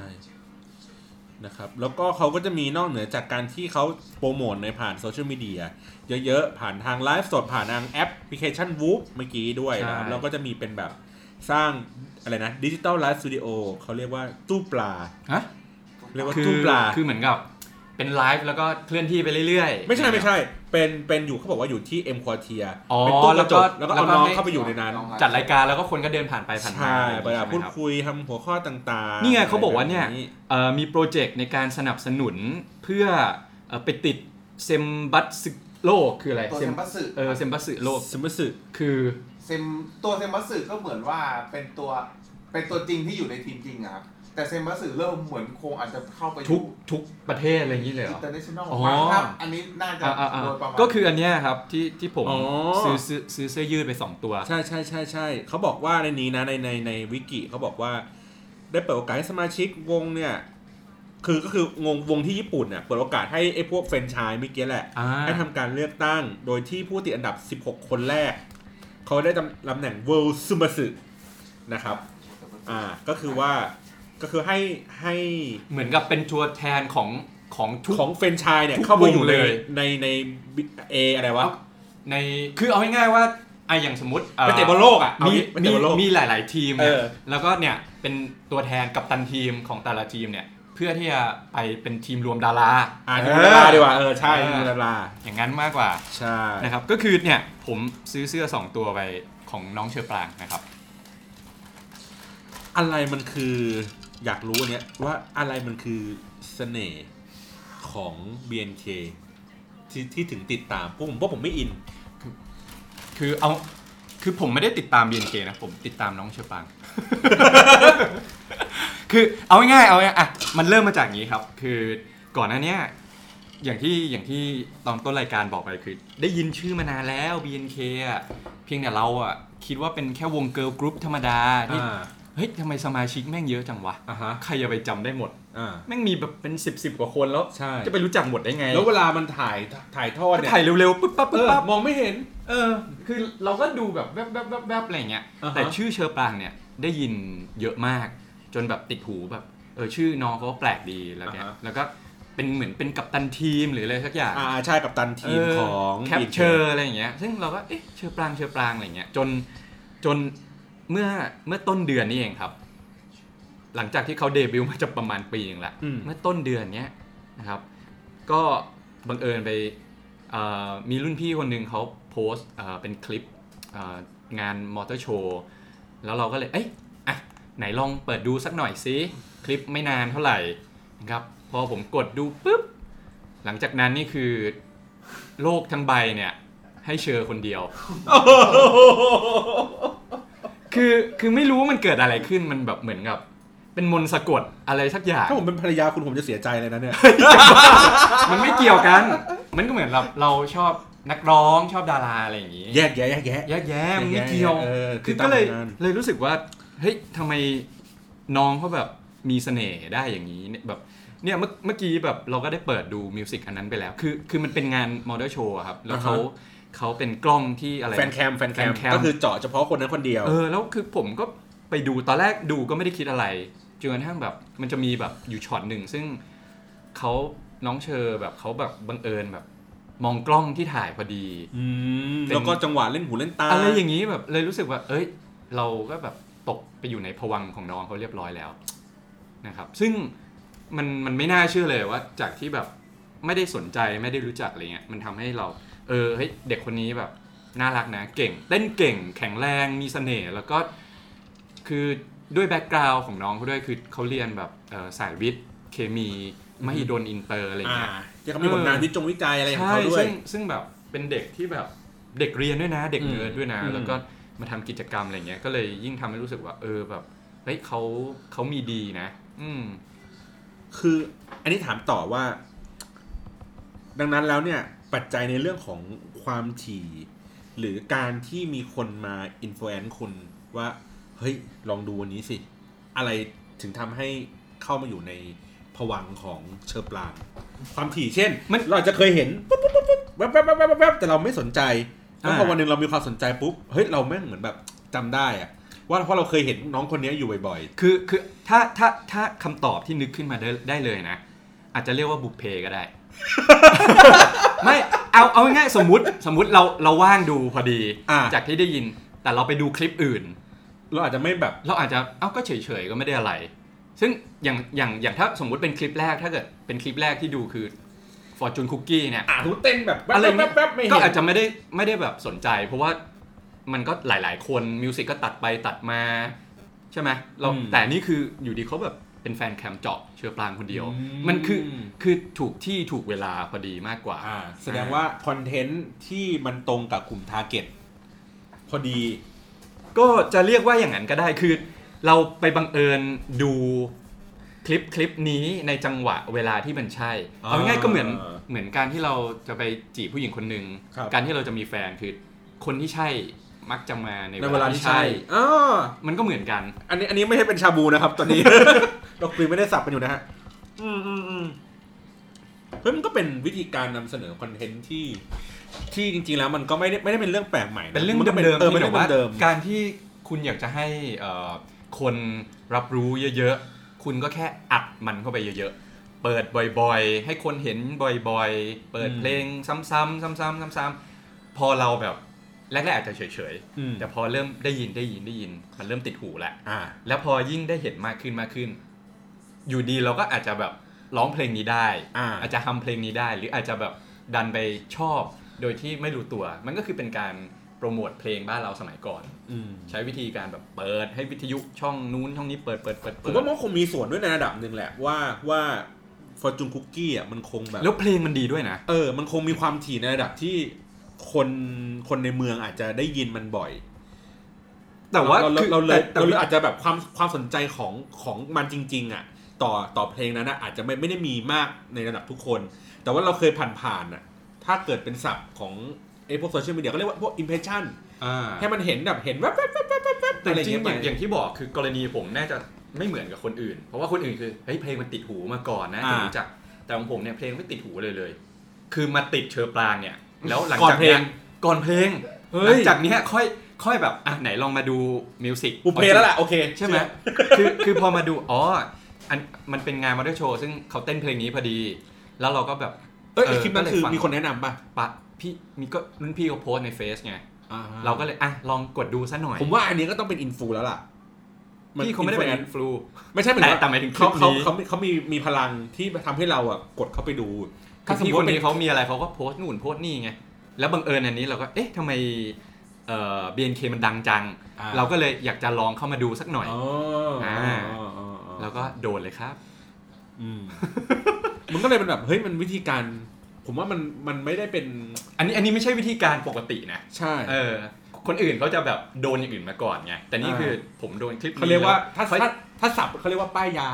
นะครับแล้วก็เขาก็จะมีนอกเหนือจากการที่เขาโปรโมทในผ่านโซเชียลมีเดียเยอะๆ ผ่านทางไลฟ์สดผ่านทางแอปพลิเคชันวูฟเมื่อกี้ด้วยนะครับ ใช่ แล้วก็จะมีเป็นแบบสร้างอะไรนะดิจิตอลไลฟ์สตูดิโอเขาเรียกว่าตู้ปลา ฮะ เรียกว่า คื ตู้ปลา คือเหมือนกับเป็นไลฟ์แล้วก็เคลื่อนที่ไปเรื่อยๆ ไม่ใช่ไม่ใช่ เป็นเป็นอยู่เขาบอกว่าอยู่ที่เอ็มควอเทีย อ๋อ เป็นตู้กระจก แล้ แล้ว วก็ก็เอา แล้วก็ น้อง ให้ เข้าไปอยู่ในนั้น น้อง จัดรายการแล้วก็คนก็เดินผ่านไปผ่านมา ใช่ไปอ่ะ อ พู ย่าง ด งี้ใช่หมครับ คุยทำหัวข้อต่างๆ นี่ไงเขาบอกว่าเนี่ย ะไรแบบ เอ่อมีโปรเจกต์ในการสนับสนุนเพื่อเอ่อไปติดเซมบัตสึโลกคืออะไร ตัว เซ เซ ม มบัสสึ เออเซมบัตสึโลก สมมติสึ คือ เซมตัวเซมบัสสึก็เหมือนว่าเป็นตัวเป็นตัวจริงที่อยู่ในทีมจริงอะครับแต่เซมบัสสึเริ่มเหมือนคงอาจจะเข้าไป ทุกทุกประเทศอะไรอย่างนี้เลยเหร อิ อ นเตอร์เนชั่นแนล อ๋อ มั้งครับอันนี้น่าจะ อ่ะอ่ะอ่ะ โดยประมาณ ก็คืออันเนี้ยครับที่ที่ผม อ๋อ ซื้อซื้อซื้อเสื้อยืดไป 2 ตัว ใช่ใช่ใช่ใช่เขาบอกว่าในนี้นะในในในวิกิเขาบอกว่า ได้เปิดโอกาสให้สมาชิกวงเนี่ย คือก็คืองงวงที่ญี่ปุ่นเนี่ยเปิดโอกาสให้ไอ้พวกแฟรนไชายเมื่อกี้แหละ อ่า ให้ทำการเลือกตั้งโดยที่ผู้ติดอันดับ 16 คนแรก เขาได้ตำแหน่ง World s u m a s u นะครับ อ่าก็คือว่าก็คือให้ให้ เหมือนกับเป็นตัวแทนของของทุก ของแฟรนไชายเนี่ย ทุก เข้าไปอยู่ วง ใน เลย ในในเออะไรวะ ในคือเอาง่ายๆว่าไอะอย่างสมมติอ่อ ไปเตะบอลโลกอ่ะเอา มี งี้ไป มี เตะบอลโลก มีหลาย ๆ ทีม เอ เนี่ย อ แล้วก็เนี่ยเป็นตัวแทนกับตันทีมของแต่ละทีมเนี่ยเพื่อที่จะไปเป็นทีมรวมดารา อ่าทีมดาราดีกว่าเออใช่ เออ ทีมดารา อย่างนั้นมากกว่า ใช่ นะครับก็คือเนี่ยผมซื้อเสื้อ 2 ตัวไปของน้องเชอปรางนะครับ อะไรมันคืออยากรู้อันเนี้ยว่าอะไรมันคือเสน่ห์ของ BNK ที่ที่ถึงติดตามพวกผมพวกผมไม่อิน คือเอาคือผมไม่ได้ติดตาม BNK นะผมติดตามน้องเชอป ราง คือเอาง่ายๆเอาง่ายๆอ่ะมันเริ่มมาจากอย่างนี้ครับ คือก่อนหน้าเนี้ยอย่างที่อย่างที่ตอนต้นรายการบอกไปคือ ได้ยินชื่อมานานแล้ว BNK อ่ะเพียงแต่เราอ่ะคิดว่าเป็นแค่วงเกิร์ลกรุ๊ปธรรมดาที่ อ่า เฮ้ยทำไมสมาชิกแม่งเยอะจังวะ อ่าฮะ ใครจะไปจำได้หมด อ่า แม่งมีแบบเป็น 10บสกว่าคนแล้ว ใช่ จะไปรู้จักหมดได้ไง แล้วเวลามันถ่ายถ่ายทอด ก็ เนี่ย ถ่ายเร็วๆปุ๊บปั๊บ เอ ปุ๊บ อ ปั๊บ มองไม่เห็น เออ คือเราก็ดูแบบแวบๆแวบๆแวบๆอะไรอย่างเงี้ย อ่าฮะ แต่ชื่อเชอปรางเนี่ยได้ยินเยอะมาก จนแบบติดหูแบบเออชื่อน้องเขาก็แปลกดีแล้วเนี่ยแล้วก็เป็นเหมือนเป็นกัปตันทีมหรืออะไรสักอย่าง อ่าใช่กับตันทีมของ แคปเชอร์อะไรอย่างเงี้ยซึ่งเราก็เอ๊ะเชอปรางเชอปรางอะไรอย่างเงี้ยจนจนเมื่อเมื่อต้นเดือนนี่เองครับ หลังจากที่เขาเดบิวต์มาจะประมาณปีหนึงละ อืม เมื่อต้นเดือนเนี้ยนะครับ ก็บังเอิญไปเอ่อมีรุ่นพี่คนหนึ่งเขาโพสต์เอ่อเป็นคลิปเอ่องานมอเตอร์โชว์แล้วเราก็เลย เอ้ยอ่ะไหนลองเปิดดูสักหน่อยซิคลิปไม่นานเท่าไหร่นะครับ พอผมกดดูปุ๊บ หลังจากนั้นนี่คือโลกทั้งใบเนี่ย ให้เชอคนเดียว คือคือไม่รู้ว่ามันเกิดอะไรขึ้นมันแบบเหมือนกับ เป็นมนต์สะกดอะไรสักอย่าง ถ้าผมเป็นภรรยาคุณผมจะเสียใจเลยนะเนี่ย มันไม่เกี่ยวกัน มันก็เหมือนเราเราชอบนักร้องชอบดาราอะไรอย่างนี้ แยกแยะแยกแยะ แยกแยะมันไม่เกี่ยว เออ คือ ติดตาม ก็เลย ผลงาน เลยรู้สึกว่า เฮ้ยทำไมน้องเขาแบบมีเสน่ห์ได้อย่างนี้เนี่ยแบบเนี่ยเมื่อเมื่อกี้แบบเราก็ได้เปิดดูมิวสิกอันนั้นไปแล้ว คือคือมันเป็นงานมอเตอร์โชว์ครับ แล้วเขาเขาเป็นกล้องที่อะไร แฟนแคมแฟนแคม แฟนแคม ก็คือเจาะเฉพาะคนนั้นคนเดียว เออแล้วคือผมก็ไปดูตอนแรกดูก็ไม่ได้คิดอะไรจนกระทั่งแบบมันจะมีแบบอยู่ช็อตหนึ่งซึ่งเขาน้องเชอแบบเขาแบบบังเอิญแบบ มองกล้องที่ถ่ายพอดี อืม เป็น แล้วก็จังหวะเล่นหูเล่นตา อะไรอย่างนี้แบบเลยรู้สึกว่า เอ้ย เราก็แบบตกไปอยู่ในภวังค์ของน้องเขาเรียบร้อยแล้วนะครับ ซึ่งมันมันไม่น่าเชื่อเลยว่า จากที่แบบไม่ได้สนใจไม่ได้รู้จักอะไรเงี้ยมันทำให้เรา เออเฮ้ยเด็กคนนี้แบบน่ารักนะ เก่ง เต้นเก่ง แข็งแรงมีเสน่ห์แล้วก็คือด้วยแบ็กกราวน์ของน้องเขาด้วยคือเขาเรียนแบบเอ่อสายวิทย์เคมีมหิดลอินเตอร์อะไร อ่า เงี้ย ที่เขามีผลงาน เออ วิจงวิจัยอะไรของ ใช่ เขาด้วย ซึ่งซึ่งแบบเป็นเด็กที่แบบเด็กเรียนด้วยนะ เด็กเนิร์ด อืม ด้วยนะ อืม แล้วก็มาทำกิจกรรมอะไรเงี้ยก็เลยยิ่งทำให้รู้สึกว่า เออแบบเฮ้ยเขาเขามีดีนะ อืม คือ อันนี้ถามต่อว่า ดังนั้นแล้วเนี่ย ปัจจัยในเรื่องของความถี่ หรือการที่มีคนมาอิมโฟเอนซ์คุณว่า เฮ้ย ลองดูวันนี้สิ อะไรถึงทำให้เข้ามาอยู่ในผวังค์ของเชอร์ปลางความถี่เช่น มัน เราอาจจะเคยเห็นปุ๊บปุ๊บปุ๊บปุ๊บแวบแวบแวบแวบแวบแต่เราไม่สนใจแล้วพอวันหนึ่งเรามีความสนใจปุ๊บเฮ้ยเราแม่งเหมือนแบบจำได้อะว่าเพราะเราเคยเห็นน้องคนนี้อยู่บ่อย คือคือถ้าถ้าถ้าคำตอบที่นึกขึ้นมาได้ได้เลยนะ อาจจะเรียกว่าบุพเพก็ ได้ ไม่เอาเอาง่ายๆสมมุติสมมุติเราเราว่างดูพอดี อ่า จากที่ได้ยิน แต่เราไปดูคลิปอื่น เราอาจจะไม่แบบ เราอาจจะเอ้าก็เฉยๆก็ไม่ได้อะไร ซึ่งอย่างอย่างอย่างถ้าสมมุติเป็นคลิปแรกถ้าเกิดเป็นคลิปแรกที่ดูคือ Fortune Cookie เนี่ย อ่าทุกเต้นแบบแว๊บ อะไร แว๊บแวย ๊บเงี้แว๊บไม่ ก็ เห็น อาจจะไม่ได้ไม่ได้แบบสนใจ เพราะว่ามันก็หลาย ๆ คนมิวสิกก็ตัดไปตัดมา ใช่ไหมเราแต่นี่คืออยู่ดีเขาแบบเป็นแฟนแคมเจาะเชื้อปลางคนเดียว มันคือคือถูกที่ถูกเวลาพอดีมากกว่า อ่า แสดงว่าคอนเทนต์ที่มันตรงกับกลุ่มทาร์เก็ตพอดี ก็จะเรียกว่าอย่างนั้นก็ได้คือ เราไปบังเอิญดูคลิปคลิปนี้ในจังหวะเวลาที่มันใช่ อ่า เอาง่ายๆก็เหมือนเหมือนการที่เราจะไปจีบผู้หญิงคนหนึ่ง ครับ การที่เราจะมีแฟนคือคนที่ใช่มักจะมาใน ในเวลาที่ใช่อ๋อ มันก็เหมือนกัน อันนี้อันนี้ไม่ใช่เป็นชาบูนะครับ ตอน นี้ เราคุยไม่ได้สับกันอยู่นะฮะ อืมอืมอืมเฮ้ยมันก็เป็นวิธีการนำเสนอคอนเทนต์ที่ ที่จริงๆแล้วมันก็ไม่ได้ไม่ได้เป็นเรื่องแปลกใหม่ะ เป็นเรื่อง มัก็ เดิม เออ ๆ เป็ ที่ นเรื่อแบบว่าง เดิม การที่คุณอยากจะให้เอ่อคนรับรู้เยอะๆ คุณก็แค่อัดมันเข้าไปเยอะๆ เปิดบ่อยๆ ให้คนเห็นบ่อยๆ เปิด อืม เพลงซ้ำๆซ้ำๆซ้ำๆพอเราแบบแรกๆอาจจะเฉย อืม ๆ แต่พอเริ่มได้ยินได้ยินได้ยิน มันเริ่มติดหูแล้ว อ่า แล้วพอยิ่งได้เห็นมากขึ้นมากขึ้น อยู่ดีเราก็อาจจะแบบร้องเพลงนี้ได้ อ่า อาจจะทำเพลงนี้ได้ หรืออาจจะแบบดันไปชอบโดยที่ไม่รู้ตัว มันก็คือเป็นการโปรโมทเพลงบ้านเราสมัยก่อน อืม ใช้วิธีการแบบเปิดให้วิทยุช่องนู้นช่องนี้เปิดเปิดเปิด ผ เปิ ม ด ว่ามันคงมีส่วนด้วยในระดับหนึ่งแหละว่าว่าฟอร์จูนคุกกี้อ่ะมันคงแบบ แล้วเพลงมันดีด้วยนะ เออ มันคงมีความถี่ในระดับที่คนคนในเมืองอาจจะได้ยินมันบ่อย แต่ว่า เราเรา คือ เราเลย แต่ เราเลย แต่ อาจจะแบบความความสนใจของของมันจริง ๆ อ่ะ ต่อต่อเพลงนั้นนะอาจจะไม่ไม่ได้มีมากในระดับทุกคน แต่ว่าเราเคยผ่านผ่านๆอ่ะถ้าเกิดเป็นศัพท์ของไอ้พวกโซเชียลมีเดียก็เรียกว่าพวกอิมเพรสชั่น อ่า ให้มันเห็นแบบเห็นแวบแวบแวบแวบแวบ แต่ อะไรอ จ ย่าง ริง เงี้ย ๆอย่าไปงอย่างที่บอกคือกรณีผมน่าจะไม่เหมือนกับคนอื่น เพราะว่าคนอื่นคือเฮ้ยเพลงมันติดหูมาก่อนนะถึง อ่า รู้จักแต่ของผมเนี่ยเพลงไม่ติดหูเลยเลย คือมาติดเชอปรางเนี่ย แล้วหลัง ก่อน จาก เพล นี้ ง ยก่อนเพลง เฮ้ย หลังจากเนี้ยค่อยค่อยแบบอ่ะไหนลองมาดูมิวสิก อุเพลแล้วล่ะโอเค ใช่ไหม คือ คือพอมาดู อ๋อ อัน มันเป็นงานมอเตอร์โชว์ ซึ่งเขาเต้นเพลงนี้พอดี แล้วเราก็แบบ เอ้ยไอ้คลิปนั้นคือมีคนแนะนำป่ะ ปะพี่ มีก็รุ่นพี่เขาโพสต์ในเฟซไง อ่ เราก็เลย อ่ะ ลองกดดูซะหน่อย ผมว่าอันนี้ก็ต้องเป็นอินฟูแล้วล่ะ พี่เขาไม่ได้เป็น อิ flu ฟลูไม่ใช่เหมือน แต่ ว่า แต่หมายถึงคลิ เขา ป เขา นี้ เขาเขามีมีพลังที่ทำให้เราอ่ะกดเข้าไปดู ถ้าสมม พี่ ติ ค คน น นี้ นี้เขามีอะไรเขาก็โพสต์นู่นโพสต์นี่ไง แล้วบังเอิญอันนี้เราก็ เอ๊ะทำไม เอ่อ BNK มันดังจัง เราก็เลยอยากจะลองเข้ามาดูสักหน่อย อ๋ออ๋ออ๋ออ๋ออ๋อ แล้วก็โดนเลยครับ อื มมันก็เลยเป็นแบบเฮ้ยมันวิธีการ ผมว่ามันมันไม่ได้เป็น อันนี้ อันนี้ไม่ใช่วิธีการปกตินะ ใช่ เออ คนอื่นเขาจะแบบโดนอย่างอื่นมาก่อนไง แต่นี่คือผมโดนคลิปนี้ เขาเรียกว่าถ้า แล้วค่อย ถ้าถ้าสับเขาเรียกว่าป้ายยา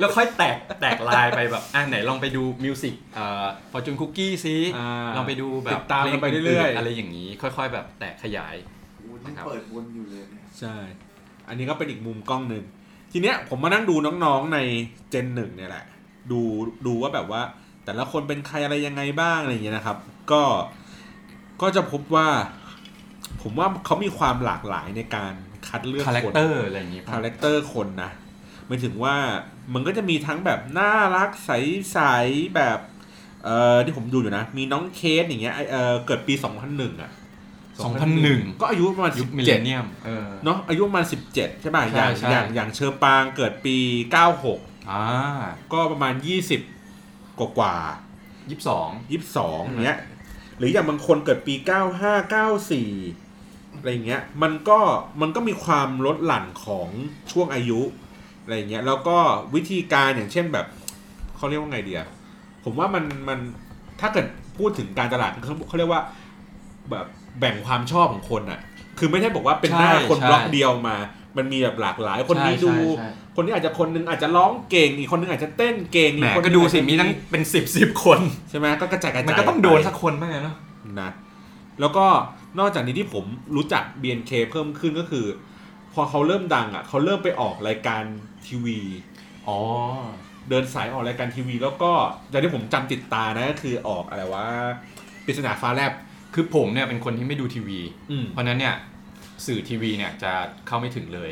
แล้วค่อยแตกแตกลายไปแบบ อ่ะไหนลองไปดูมิวสิกเอ่อฟอร์จูนคุกกี้ซิ อ่า ลองไปดูแบ ติ บ ดตามกันไปเรื่อยๆ พลงนๆอะไรอย่างนี้ ค่อย ๆ แบบแตกขยาย โอ้นี่เปิดวนอยู่เลยเนี่ย ใช่ อันนี้ก็เป็นอีกมุมกล้องหนึ่ง ทีเนี้ยผมมานั่งดูน้องๆในเจนหนึ่งเนี่ยแหละ ดูดูว่าแบบว่า แต่ละคนเป็นใครอะไรยังไงบ้างอะไรอย่างเงี้ยนะครับ ก็ก็จะพบว่า ผมว่าเขามีความหลากหลายในการคัดเลือก คาแร ค คนเตอร์อะไรอย่างนี้ คาแรคเตอร์คนนะหมายถึงว่ามันก็จะมีทั้งแบบน่ารักใสๆแบบเอ่อที่ผมดูอยู่นะ มีน้องเคสอย่างเงี้ยไอ้เอ่อเกิดปี 2001อ่ะ 2001 ก็อายุประมาณ ยุคมิลเล 17 นเนียมเออ เนาะอายุประมาณ17 ใช่ป่ะอใช่ย่าง ใช่ อย่างอย่างเชอปางเกิดปี 96 อ่า ก็ประมาณ 20 กว่ากว่า ยี่สิบสอง ๆ22เนี้ยหรืออย่างบางคนเกิดปี 95 94 อะไรเงี้ยมันก็มันก็มีความลดหลั่นของช่วงอายุอะไรเงี้ยแล้วก็วิธีการอย่างเช่นแบบเขาเรียกว่าไงเดียผมว่ามันมันถ้าเกิดพูดถึงการตลาดเขาเขาเรียกว่าแบบแบ่งความชอบของคนอะคือไม่ใช่บอกว่าเป็นหน้าคนบล็อกเดียวมา มันมีแบบหลากหลายคนนี้ดู คนนี้อาจจะคนหนึงอาจจะร้องเก่ง อีกคนหนึงอาจจะเต้นเก่ง แหม อีคนห ก็ นึ่ง ดูสิ อาจจะ มีทั้งเป็นสิบสิบคน ใช่ไหมก็กระจายกระจาย มันก็ต้องโดนสัก ไป คนบ้างไงเนาะ นะแล้วก็นอกจากนี้ที่ผมรู้จัก BNK เพิ่มขึ้นก็คือ พอเขาเริ่มดังอ่ะเขาเริ่มไปออกรายการทีวี อ๋อ เดินสายออกรายการทีวี แล้วก็อย่างที่ผมจำติดตานะก็คือออกอะไรวะปริศนาฟ้าแลบ คือผมเนี่ยเป็นคนที่ไม่ดูทีวี อืม เพราะฉะนั้นเนี่ยสื่อทีวีเนี่ยจะเข้าไม่ถึงเลย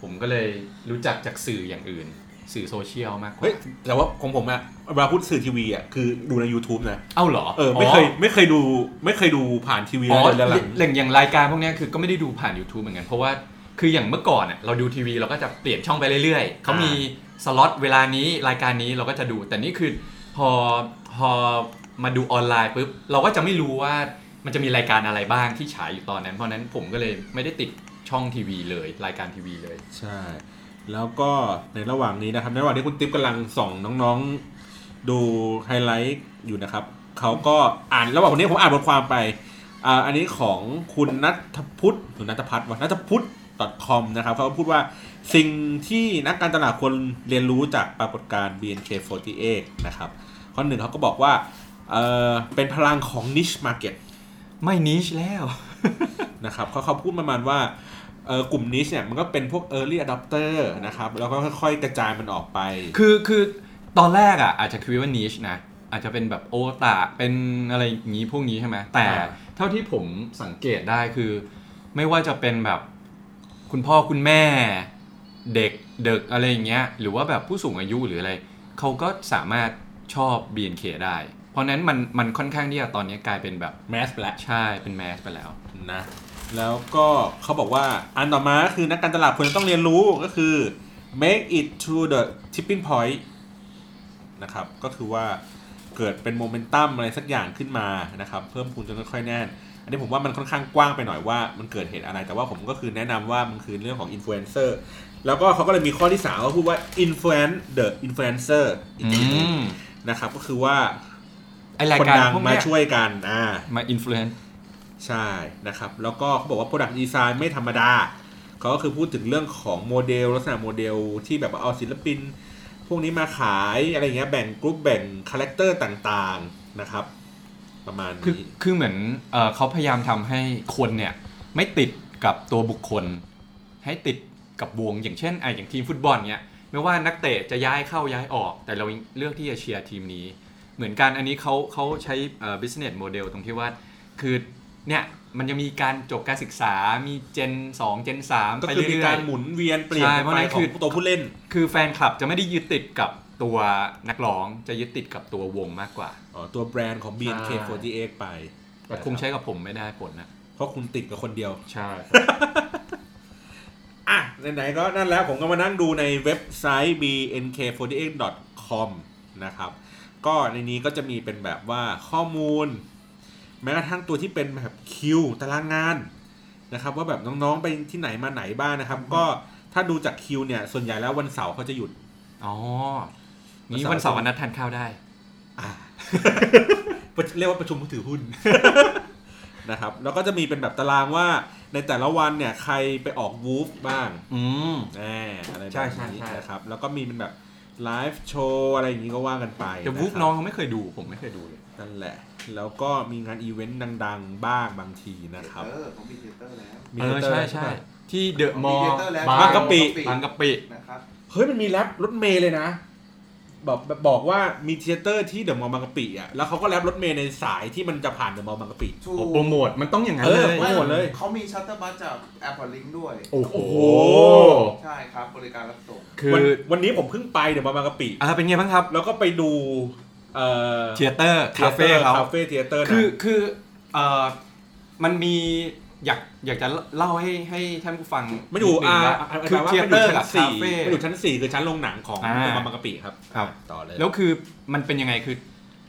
ผมก็เลยรู้จักจากสื่ออย่างอื่น สื่อโซเชียลมากกว่า เฮ้ยแต่ว่าของผมอะเวลาพูดสื่อทีวีอะคือดูใน YouTube นะ เอ้าเหรอ เออไม่เคยไม่เคยดูไม่เคยดูผ่านทีวี อ๋อ เลย อ หลัง อย่างอย่างรายการพวกเนี้ยคือก็ไม่ได้ดูผ่าน YouTube เหมือนกัน เพราะว่าคืออย่างเมื่อก่อนอะเราดูทีวีเราก็จะเปลี่ยนช่องไปเรื่อยๆเขามีสล็อตเวลานี้รายการนี้เราก็จะดู แต่นี่คือพอพอมาดูออนไลน์ปุ๊บเราก็จะไม่รู้ว่ามันจะมีรายการอะไรบ้างที่ฉายอยู่ตอนนั้น เพราะฉะนั้นผมก็เลยไม่ได้ติดช่องทีวีเลย รายการทีวีเลย ใช่ แล้วก็ในระหว่างนี้นะครับในระหว่างที่คุณติ๊บกำลังส่องน้องๆ ดูไฮไลท์อยู่นะครับ เขาก็อ่านระหว่างนี้ผมอ่านบทความไปอ่าอันนี้ของคุณนัทพุทธหรือนัทพัฒน์วะนัทพุทธ .com นะครับเขาพูดว่าสิ่งที่นักการตลาดควรเรียนรู้จากปรากฏการณ์ BNK48 นะครับข้อหนึ่งเขาก็บอกว่าเอ่อเป็นพลังของ niche market ไม่นิชแล้ว นะครับเขาเขาพูดประมาณว่าเออกลุ่มนี้เนี่ยมันก็เป็นพวก Early Adopter นะครับแล้วก็ค่อยๆ กระจายมันออกไป คือคือตอนแรกอ่ะอาจจะคิดว่านิชนะ อาจจะเป็นแบบโอตาเป็นอะไรอย่างนี้พวกนี้ใช่ไหมแต่ อ่า เท่าที่ผมสังเกตได้คือ ไม่ว่าจะเป็นแบบคุณพ่อคุณแม่เด็กเด็กอะไรอย่างเงี้ยหรือว่าแบบผู้สูงอายุหรืออะไรเขาก็สามารถชอบ BNK ได้ เพราะฉะนั้นมันมันค่อนข้างที่จะตอนนี้กลายเป็นแบบ แมสแล ใช่เป็นแมสไปแล้ว นะแล้วก็เขาบอกว่าอันต่อมาคือนักการตลาดควรจะต้องเรียนรู้ก็คือ make it to the tipping point นะครับก็คือว่าเกิดเป็นโมเมนตัมอะไรสักอย่างขึ้นมานะครับเพิ่มพูนจนค่อยๆแน่น อันนี้ผมว่ามันค่อนข้างกว้างไปหน่อยว่ามันเกิดเหตุอะไรแต่ว่าผมก็คือแนะนำว่ามันคือเรื่องของอินฟลูเอนเซอร์แล้วก็เขาก็เลยมีข้อที่3ามก็พูดว่า influence the influencer อีก อื ทีหนึ่ง ม นะครับก็คือว่า ไอราย คน การ ดัง พวก มา เนี้ย ช่วยกันอ่า มาอินฟลูเอนซ์ ใช่นะครับ แล้วก็เขาบอกว่า Product Design ไม่ธรรมดา เขาก็คือพูดถึงเรื่องของโมเดล ลักษณะโมเดลที่แบบว่าเอาศิลปิน พวกนี้มาขายอะไรอย่างเงี้ยแบ่งกรุ๊ปแบ่งคาแรคเตอร์ต่างๆนะครับ ประมาณ คือ นี้ คือเหมือนเอ่อเขาพยายามทำให้คนเนี่ย ไม่ติดกับตัวบุคคล ให้ติดกับวงอย่างเช่นไอะอย่างทีมฟุตบอลเนี่ยไม่ว่านักเตะจะย้ายเข้าย้ายออก แต่เราเลือกที่จะเชียร์ทีมนี้ เหมือนกันอันนี้เขาเขาใช้เอ่อ business model ตรงที่ว่า คือเนี่ยมันจะมีการจบการศึกษามีเจน 2 เจน 3 ก็ ไป คือ เรื่อกมีาย รหมุนเวียนเปลี่ยน ใช่ ไปขเพองราะฉะนั้นคือ ตัวผู้เล่น ๆคือแฟนคลับจะไม่ได้ยึดติดกับตัวนักร้องจะยึดติดกับตัววงมากกว่า อ๋อ ตัวแบรนด์ของ BNK48 ไป แต่คงใช้กับผมไม่ได้ผลนะ เพราะคุณติดกับคนเดียว ใช่ อ่ะ ไหนๆก็นั่นแล้วผมก็มานั่งดูในเว็บไซต์ bnk48.com นะครับ ก็ในนี้ก็จะมีเป็นแบบว่าข้อมูล แม้กระทั่งตัวที่เป็นแบบคิวตารางงานนะครับ ว่าแบบน้องๆ ไปที่ไหนมาไหนบ้างนะครับ ก็ถ้าดูจากคิวเนี่ย ส่วนใหญ่แล้ววันเสาร์เขาจะหยุด อ๋อ นี่วันเสาร์วันนัดทานข้าวได้ เรียกว่าประชุมผู้ถือหุ้น นะครับ แล้วก็จะมีเป็นแบบตารางว่าในแต่ละวันเนี่ยใครไปออกวูฟบ้าง อืม อ่าอะไรแบบ ใช่ใช่ นี้ ใช่ นะครับแล้วก็มีเป็นแบบไลฟ์โชว์อะไรอย่างนี้ก็ว่ากันไป แต่วูะฟครับ น้องเขาไม่เคยดูผมไม่เคยดูเลย นั่นแหละ แล้วก็มีงานอีเวนต์ดังๆ บ้างบางทีนะครับ เออเขามีเทเตอร์แล้ว มี เออ เตอ ใช่ ร์ ใช่ ปะ ที่เดอะมอล มี ล์ theater แล้ว บา บาง ง กะ กะปิ ปิบางกะปิ นะครับ เฮ้ยมันมีแรปรถเมย์เลยนะแบบแบบบอกว่ามีเทเตอร์ที่เดอะมอลล์บางกะปิอ่ะแล้วเขาก็แรปรถเมย์ในสายที่มันจะผ่านเดอะมอลล์บางกะปิ ถู โปรโมทมันต้องอย่างนั้น เอ เล อ ย โปรโมทเลย เขามีชัตเตอร์บัสจากแอร์พอร์ตลิงด้วย โอ้โห ใช่ครับ บริการรับส่ง คือ วันวันนี้ผมเพิ่งไปเดอะมอลล์บางกะปิ อ่าเป็นไงบ้างครับ แล้วก็ไปดูเอ่อ เทเตอร์ คาเฟ่เขา คาเฟ่เทเตอร์นะ คือคือเอ่อมันมีอยากอยากจะเล่าให้ให้ท่านผู้ฟัง มันอยู่อ่า ว่า า คือ แปลว่า เท มัน เตอร์ ยู่ กับ ชั้น คา สี่ เฟ่ มันอยู่ชั้นสี่คือชั้นโรงหนังของ อ่า เดอะมอลล์บางกะปิครับ ครับ ต่อเลย แล้วคือมันเป็นยังไงคือ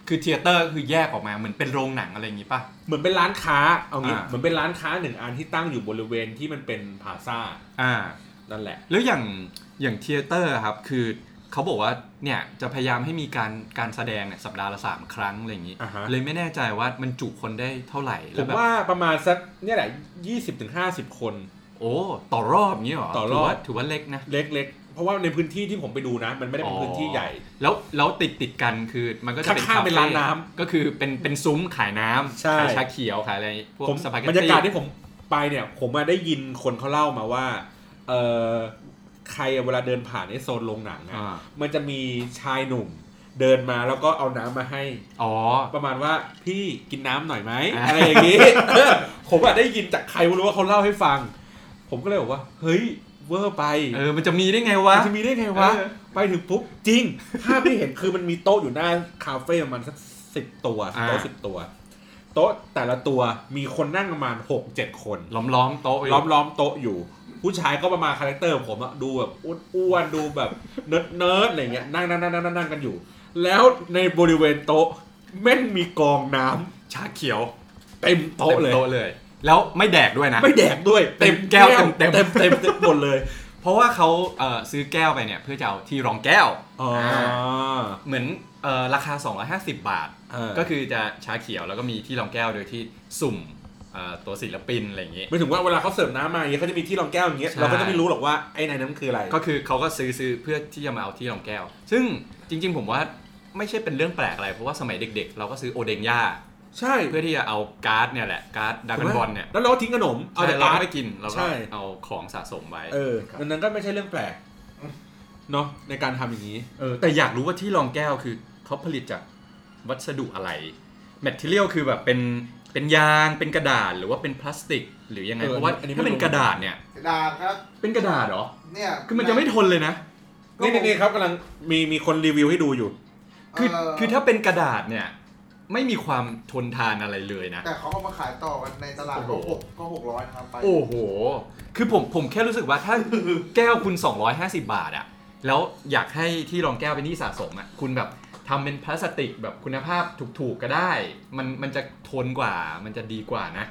คือเทเตอร์คือแยกออกมาเหมือนเป็นโรงหนังอะไรอย่างงี้ป่ะ เหมือนเป็นร้านค้าเอางี้ อ่า เหมือนเป็นร้านค้าหนึ่งอันที่ตั้งอยู่บริเวณที่มันเป็นพลาซ่า อ่า นั่นแหละ แล้วอย่างอย่างเทเตอร์ครับคือเขาบอกว่าเนี่ยจะพยายามให้มีการการแสดงเนี่ยสัปดาห์ละสามครั้งอะไรอย่างนี้ อ่าฮะ เลยไม่แน่ใจว่ามันจุคนได้เท่าไหร่ ผ แล้มวแบบ ว่าประมาณสักเนี่ยแหละยี่สิบถึงห้าสิบคน โอ้ต่อรอบอย่างนี้เหรอ ต่อรอบ ถืว่าถือว่าเล็กนะ เล็กๆ เพราะว่าในพื้นที่ที่ผมไปดูนะ มันไม่ได้เป็นพื้นที่ใหญ่ แล้วแล้วติดติดกันคือมันก็จะเป็น ข้างๆเป็นร้านน้ ก็คือเป็นเป็นซุ้มขายน้ำ ใช่ ขายชาเขียวขายอะไรพวก ผม สปาเกต บรรยา ตี้ กาศที่ผมไปเนี่ย ผมมาได้ยินคนเขาเล่ามาว่าเออใครเวลาเดินผ่านไอ้โซนโรงหนังอะ อ่า มันจะมีชายหนุ่ม เดินมาแล้วก็เอาน้ำมาให้ อ๋อ ประมาณว่าพี่กินน้ำหน่อยไหม อ่า อะไรอย่างนี้ ผมอะได้ยินจากใครไม่รู้ว่าเขาเล่าให้ฟัง ผมก็เลยบอกว่า เฮ้ย เวอร์ไป เออมันจะมีได้ไงวะ มันจะมีได้ไงวะ เออ ไปถึงปุ๊บ จริง ภาพที่เห็นคือมันมีโต๊ะอยู่หน้าคาเฟ่ประมาณสักสิบตัวโต๊ะสิบตัว โต๊ะแต่ละตัวมีคนนั่งประมาณหกเจ็ดคน ล้อมล้อมๆโต๊ะไว้ ล้อมล้อมโต๊ะอยู่ ผู้ชายก็ประมาณคาแรคเตอร์ผมอะดูแบบอ้วนๆดูแบบเนิร์ดเนิร์ดอะไรเงี้ยนั่งนั่งนั่งนั่งนั่งกันอยู่ แล้วในบริเวณโต๊ะแม่งมีกองน้ำ ชาเขียว เต็มโต๊ะ ต็ม เลย โต๊ะเลย แล้วไม่แดกด้วยนะ ไม่แดกด้วย เต็มแก้วเต็ เต็ม ม เต็มเต็มเต็มหมดเลย เพราะว่าเขาเอ่อซื้อแก้วไปเนี่ย เพื่อจะเอาที่รองแก้ว อ๋อ เหมือนเอ่อราคา 250 บาท ก็คือจะชาเขียวแล้วก็มีที่รองแก้วโดยที่สุ่มเอ่อตัวศิลปินอะไรอย่างงี้ ไม่ถึงว่าเวลาเขาเสิร์ฟน้ำมาอย่างเงี้ยเขาจะมีที่รองแก้วอย่างเงี้ย ใช่ เราก็จะไม่รู้หรอกว่าไอ้ในนั้นคืออะไร ก็คือเขาก็ซื้อซื้อเพื่อที่จะมาเอาที่รองแก้ว ซึ่งจริง ๆ ผมว่าไม่ใช่เป็นเรื่องแปลกอะไร เพราะว่าสมัยเด็กๆ เราก็ซื้อโอเดงย่า ใช่ เพื่อที่จะเอาการ์ดเนี่ยแหละการ์ดดากอนบอลเนี่ย แล้วเราก็ทิ้งขนมเอาแต่ ใช่เรา การ์ด ไม่กินเรา ใช่ ก็เอาของสะสมไว้ เออดังนั้นก็ไม่ใช่เรื่องแปลกเนาะในการทำอย่างนี้ เออแต่อยากรู้ว่าที่รองแก้วคือเขาผลิตจากวัสดุอะไร แมทเทียลคือแบบเป็นเป็นยางเป็นกระดาษหรือว่าเป็นพลาสติก หรือยังไง เออ เพราะว่า อันนี้ไม่ ถ้าเป็น รู้ กระดาษเนี่ย ดาบครับ เป็นกระดาษเหรอ เนี่ย คือมันจะไม่ทนเลยนะ นี่นี่นี่ครับกำลังมีมีคนรีวิวให้ดูอยู่ คือ เ คือถ้าเป็นกระดาษเนี่ย ไม่มีความทนทานอะไรเลยนะ แต่เขาเอามาขายต่อกันในตลาด โอ้ ก็ โห หกก็หกร้อยนะครับไป โอ้โห คือผมผมแค่รู้สึกว่าถ้า แก้วคุณ 250 บาทอะแล้วอยากให้ที่รองแก้วเป็นที่สะสมอะคุณแบบทำเป็นพลาสติกแบบคุณภาพถูกๆก็ได้ มันมันจะทนกว่า มันจะดีกว่านะ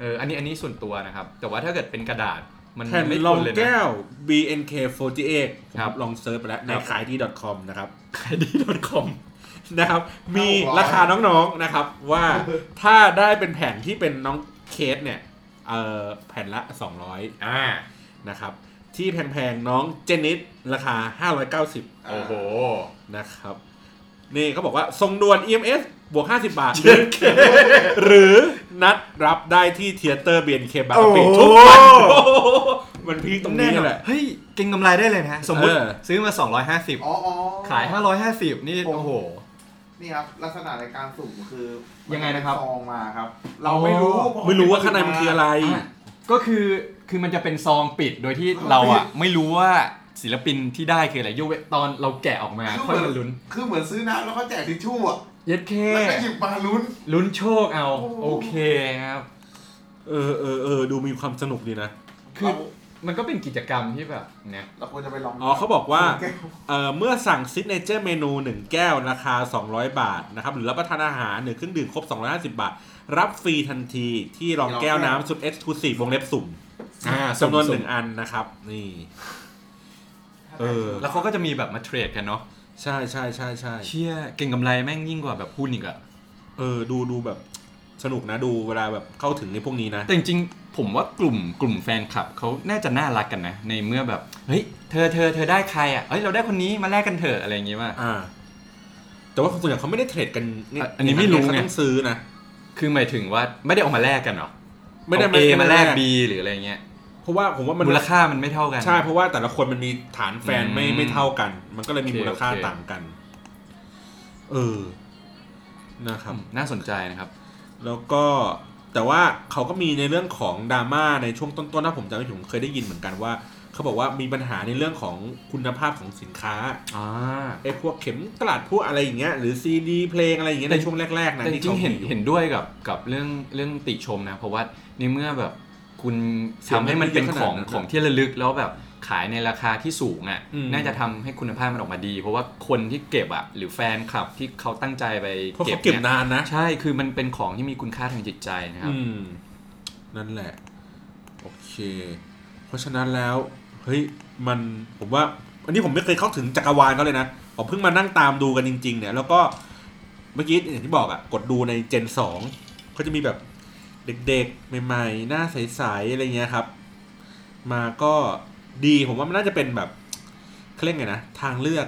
เออ อันนี้อันนี้ส่วนตัวนะครับ แต่ว่าถ้าเกิดเป็นกระดาษมัน แผ่น ไม่ ร ท อง นเลยนะ แก้ว BNK48 ครับ ลองเซิร์ชไปแล้วในขายที่ .com นะครับ ขายดี .com นะครับ มีราคาน้องๆนะครับ ว่าถ้าได้เป็นแผ่นที่เป็นน้องเคสเนี่ยเอ่อแผ่นละ อ่า 200 นะครับ ที่แพงๆน้องเจนิสราคา 590 า โอ้โห นะครับ นี่เขาบอกว่าทรงด่วน EMS บวก 50 บาท หรือ หรือนัดรับได้ที่เทียเตอร์เบียนเคบางกะปิทุกวัน โอ้โหมันพีคตรงนี้แหละ เฮ้ย เก่งกำไรได้เลยนะ สมมติ เออ ซื้อมา 250 อ๋ออ๋อ ขาย 550 นี่ ผม โอ้โห นี่ครับลักษณะในการสุ่มคือ ยังไงนะครับ ซองมาครับ เราไม่รู้ อ๋อ เพะ ไม่รู้ว่าข้างในมันคืออะไร อ่ะก็คือคือมันจะเป็นซองปิดโดยที่เราอ่ะ ไม่รู้ว่าศิลปินที่ได้คืออะไรยกเว้นตอนเราแกะออกมา คือเห ค่อย มือน มาลุ้น คือเหมือนซื้อน้ำแล้วเขาแจกทิชชู่อ่ะ เย็ดเค แล้วก็หยิบมาลุ้น ลุ้นโชคเอา โอ้ โอเคครับ เออเออเออดูมีความสนุกดีนะ คือ มันก็เป็นกิจกรรมที่แบบเนี่ย เราควรจะไปลอง อ๋อเขาบอกว่า เอ่อเมื่อสั่งซิกเนเจอร์เมนู 1 แก้วราคา 200 บาทนะครับ หรือรับประทานอาหารหรือเครื่องดื่มครบ 250 บาท รับฟรีทันทีที่รองแก้วน้ำสุด Exclusive วงเล็บสุ่ม อ่า จำนวนห สุ่ม นึ่งอันนะครับ นี่ เออ ๆแล้วเขาก็จะมีแบบมาเทรดกันเนาะ ใช่ใช่ใช่ใช่ เชี่ยเก่งกำไรแม่งยิ่งกว่าแบบหุ้นอีกอะ เออ ดูดูแบบสนุกนะ ดูเวลาแบบเข้าถึงในพวกนี้นะ แต่จริงๆผมว่ากลุ่มกลุ่มแฟนคลับเขาน่าจะน่ารักกันนะ ในเมื่อแบบเฮ้ยเธอเธอเธอได้ใครอะเฮ้ยเราได้คนนี้มาแลกกันเถอะอะไรอย่างงี้ว่า อ่า แต่ว่าส่วนใหญ่เขาไม่ได้เทรดกัน อ่ะอันนี้ไม่รู้ไง เขาต้องซื้อนะ คือหมายถึงว่าไม่ได้เออกมาแลกกันเหรอ ไม่ได้ เอา A มาแลก ไได้ B หรืออะไรเงี้ย เพราะว่าผมว่ามัน มูลค่ามันไม่เท่ากัน ใช่เพราะว่าแต่ละคนมันมีฐานแฟนไม่ อืม ไม่เท่ากัน มันก็เลยมี โอเค มูลค่า โอเค ต่างกัน เออนะครับ อืมน่าสนใจนะครับ แล้วก็แต่ว่าเขาก็มีในเรื่องของดราม่าในช่วงต้นๆถ้าผมจำไม่ผิดผมเคยได้ยินเหมือนกันว่า เขาบอกว่ามีปัญหาในเรื่องของคุณภาพของสินค้า อ่า ไอ้พวกเข็มกลัดพวกอะไรอย่างเงี้ยหรือซีดีเพลงอะไรอย่างเงี้ย แต่ ในช่วงแรกๆนะ แต่จ ที่ ริ เขา งๆเห็น มีอยู่ เห็นด้วยกับกับเรื่องเรื่องติชมนะ เพราะว่าในเมื่อแบบคุณ เสียงทำมัน ให้มันเป็น เยอะข ข นาด อง นั้น ของที่ระลึกแล้วแบบขายในราคาที่สูงอ่ะ อืม น่าจะทำให้คุณภาพมันออกมาดี เพราะว่าคนที่เก็บอ่ะหรือแฟนคลับที่เขาตั้งใจไป เพราะ เก็บ เขาเก็บ นี่ย นานนะ ใช่คือมันเป็นของที่มีคุณค่าทางจิตใจนะครับ อืม นั่นแหละ โอเค เพราะฉะนั้นแล้ว เฮ้ย มันผมว่า อันนี้ผมไม่เคยเข้าถึงจักรวาลเขาเลยนะผมเพิ่งมานั่งตามดูกันจริง ๆ เนี่ย แล้วก็เมื่อกี้อย่างที่บอกอะ่ะ กดดูในเจนสองเขาจะมีแบบเด็กๆ ใหม่ๆ หน้าใส ๆ อะไรเงี้ยครับ มาก็ดีผมว่ามันน่าจะเป็นแบบเขาเรียกไงนะ ทางเลือก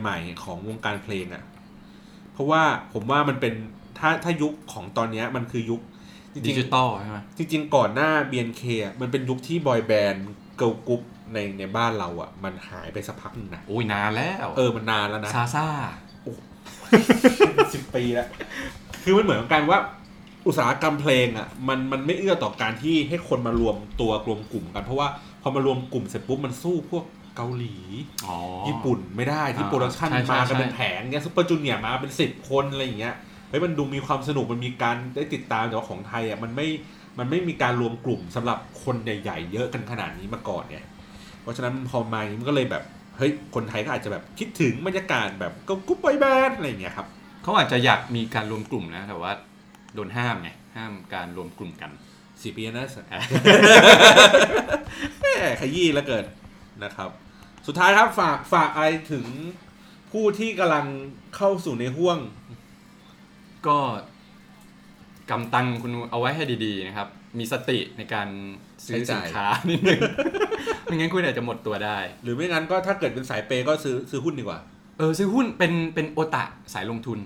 ใหม่ ๆ ของวงการเพลงอะ่ะ เพราะว่าผมว่ามันเป็นถ้าถ้ายุคของตอนเนี้ยมันคือยุคจ ดิ ริง จิ ๆ ตอลใช่ไหม จริงๆ ก่อนหน้า BNK อ่ะมันเป็นยุคที่บอยแบนด์เกิร์ลกรุ๊ปในในบ้านเราอ่ะ มันหายไปสักพักหนึงนะ โอ้ยนานแล้ว เออมันนานแล้วนะ ซาซ่า สิบปีแล้ว คือมันเหมือนกันว่า อุตสาหกรรมเพลงอ่ะมันมันไม่เอื้อต่อการที่ให้คนมารวมตัวรวมกลุ่มกัน เพราะว่าพอมารวมกลุ่มเสร็จปุ๊บมันสู้พวกเกาหลี อ๋อ ญี่ปุ่นไม่ได้ที่ อ่า โปรดักชัน ใช่ใช่ มากัน ใช่ เป็นแผงเงี้ยซุปเปอร์จูเนียร์มาเป็นสิบคนอะไรอย่างเงี้ยเฮ้ยมันดูมีความสนุกมันมีการได้ติดตามแต่ว่าของไทยอ่ะมันไม่มันไม่มีการรวมกลุ่มสำหรับคนใหญ่ ๆ เยอะกันขนาดนี้มาก่อนไงเพราะฉะนั้นพอมาอย่างนี้มันก็เลยแบบเฮ้ยคนไทยก็อาจจะแบบคิดถึงบรรยากาศแบบกรุ๊ปบอยแบนด์อะไรอย่างเงี้ยครับ เขาอาจจะอยากมีการรวมกลุ่มนะ แต่ว่าโดนห้ามไงห้ามการรวมกลุ่มกัน สี่ปีนะสัตว์ แหม่ขยี้แล้วเกินนะครับ สุดท้ายครับฝากฝากอะไรถึงผู้ที่กำลังเข้าสู่ในห่วง ก็กำตังคุณเอาไว้ให้ดีๆนะครับ มีสติในการซื้อ ใช้ สิ จ่าน ย ค้านิดนึง ไม่งั้นคุณอาจจะหมดตัวได้ หรือไม่งั้นก็ถ้าเกิดเป็นสายเปย์ก็ซื้อซื้อหุ้นดีกว่า เออซื้อหุ้นเป็นเป็นโอตะสายลงทุน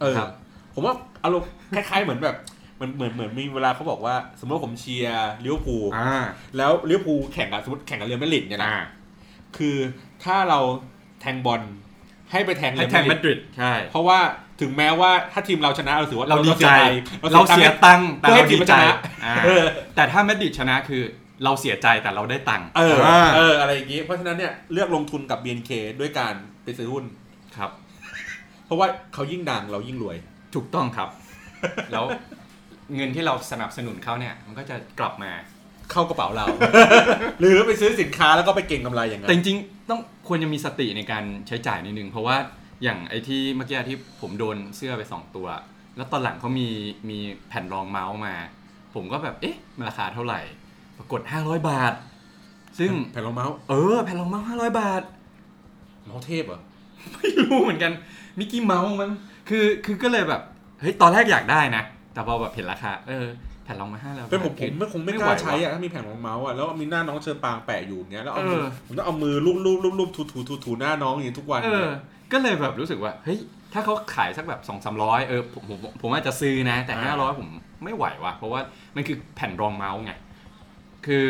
เออ ครับ ผมว่าอารมณ์คล้ายๆเหมือนแบบเหมันเหมือนเหมือนมีเวลาเขาบอกว่า สมมติว่าผมเชียร์ลิเวอร์พูล อ่า แล้วลิเวอร์พูลแข่งกับสมมติแข่งกับเรอัลมาดริดเนี่ยนะ อ่า คือถ้าเราแทงบอลให้ไปแทงเร ให้ อัล แท มาง ดริมาด ดริดใช่ เพราะว่าถึงแม้ว่าถ้าทีมเราชนะเราถือว่า เราดีใจ เรา เรา เสี เสี ย ย ตังค์ ตังค์เพื่อแต่ให้ เราดีทีมชใจนะ อ่า เออ แต่ถ้าแมดดริดชนะคือเราเสียใจแต่เราได้ตังค์ เออ อ่า เอออะไรอย่างงี้เพราะฉะนั้นเนี่ยเลือกลงทุนกับ BNK ด้วยการไปซื้อหุ้น ครับ เพราะว่าเขายิ่งดังเรายิ่งรวย ถูกต้อง ครับ แล้วเงินที่เราสนับสนุนเขาเนี่ย มันก็จะกลับมาเข้ากระเป๋าเรา หรือไปซื้อสินค้าแล้วก็ไปเก่งกำไรอย่างนั้ แต่จ น ริงๆต้องควรจะมีสติในการใช้จ่ายนิดนึง เพราะว่าอย่างไอ้ที่เมื่อกี้ที่ผมโดนเสื้อไป 2 ตัว แล้วตอนหลังเขามีมีแผ่นรองเมาส์มา ผมก็แบบเอ๊ะมันราคาเท่าไหร่ ปรากฏ 500 บาท ซึ่ง แผ่นรองเมาส์ เออ แผ่นรองเมาส์500 บาท เมาส์เทพเหรอ ไม่รู้เหมือนกันมิกกี้เมาส์มั้งคือคือก็เลยแบบ เฮ้ย ตอนแรกอยากได้นะ แต่พอแบบเห็นราคา เออ แผ่นรองมาห้าแล้ว เป็นผมผมไม่คงไม่กล้าใช้อะถ้ามีแผ่นของเมาส์อะแล้วมีหน้าน้องเชอปางแปะอยู่อย่างเงี้ยแล้วเอามือ เออ ผมต้องเอามือลูบลูบลูบลูบถูถูถูถูหน้าน้องอย่างนี้ทุกวัน เออ ก็เลยแบบรู้สึกว่า เฮ้ย ถ้าเขาขายสักแบบสองสามร้อยเออผมผมผมผมอาจจะซื้อนะ แต่ห้าร้อยผมไม่ไหวว่ะ เพราะว่ามันคือแผ่นรองเมาส์ไง คือ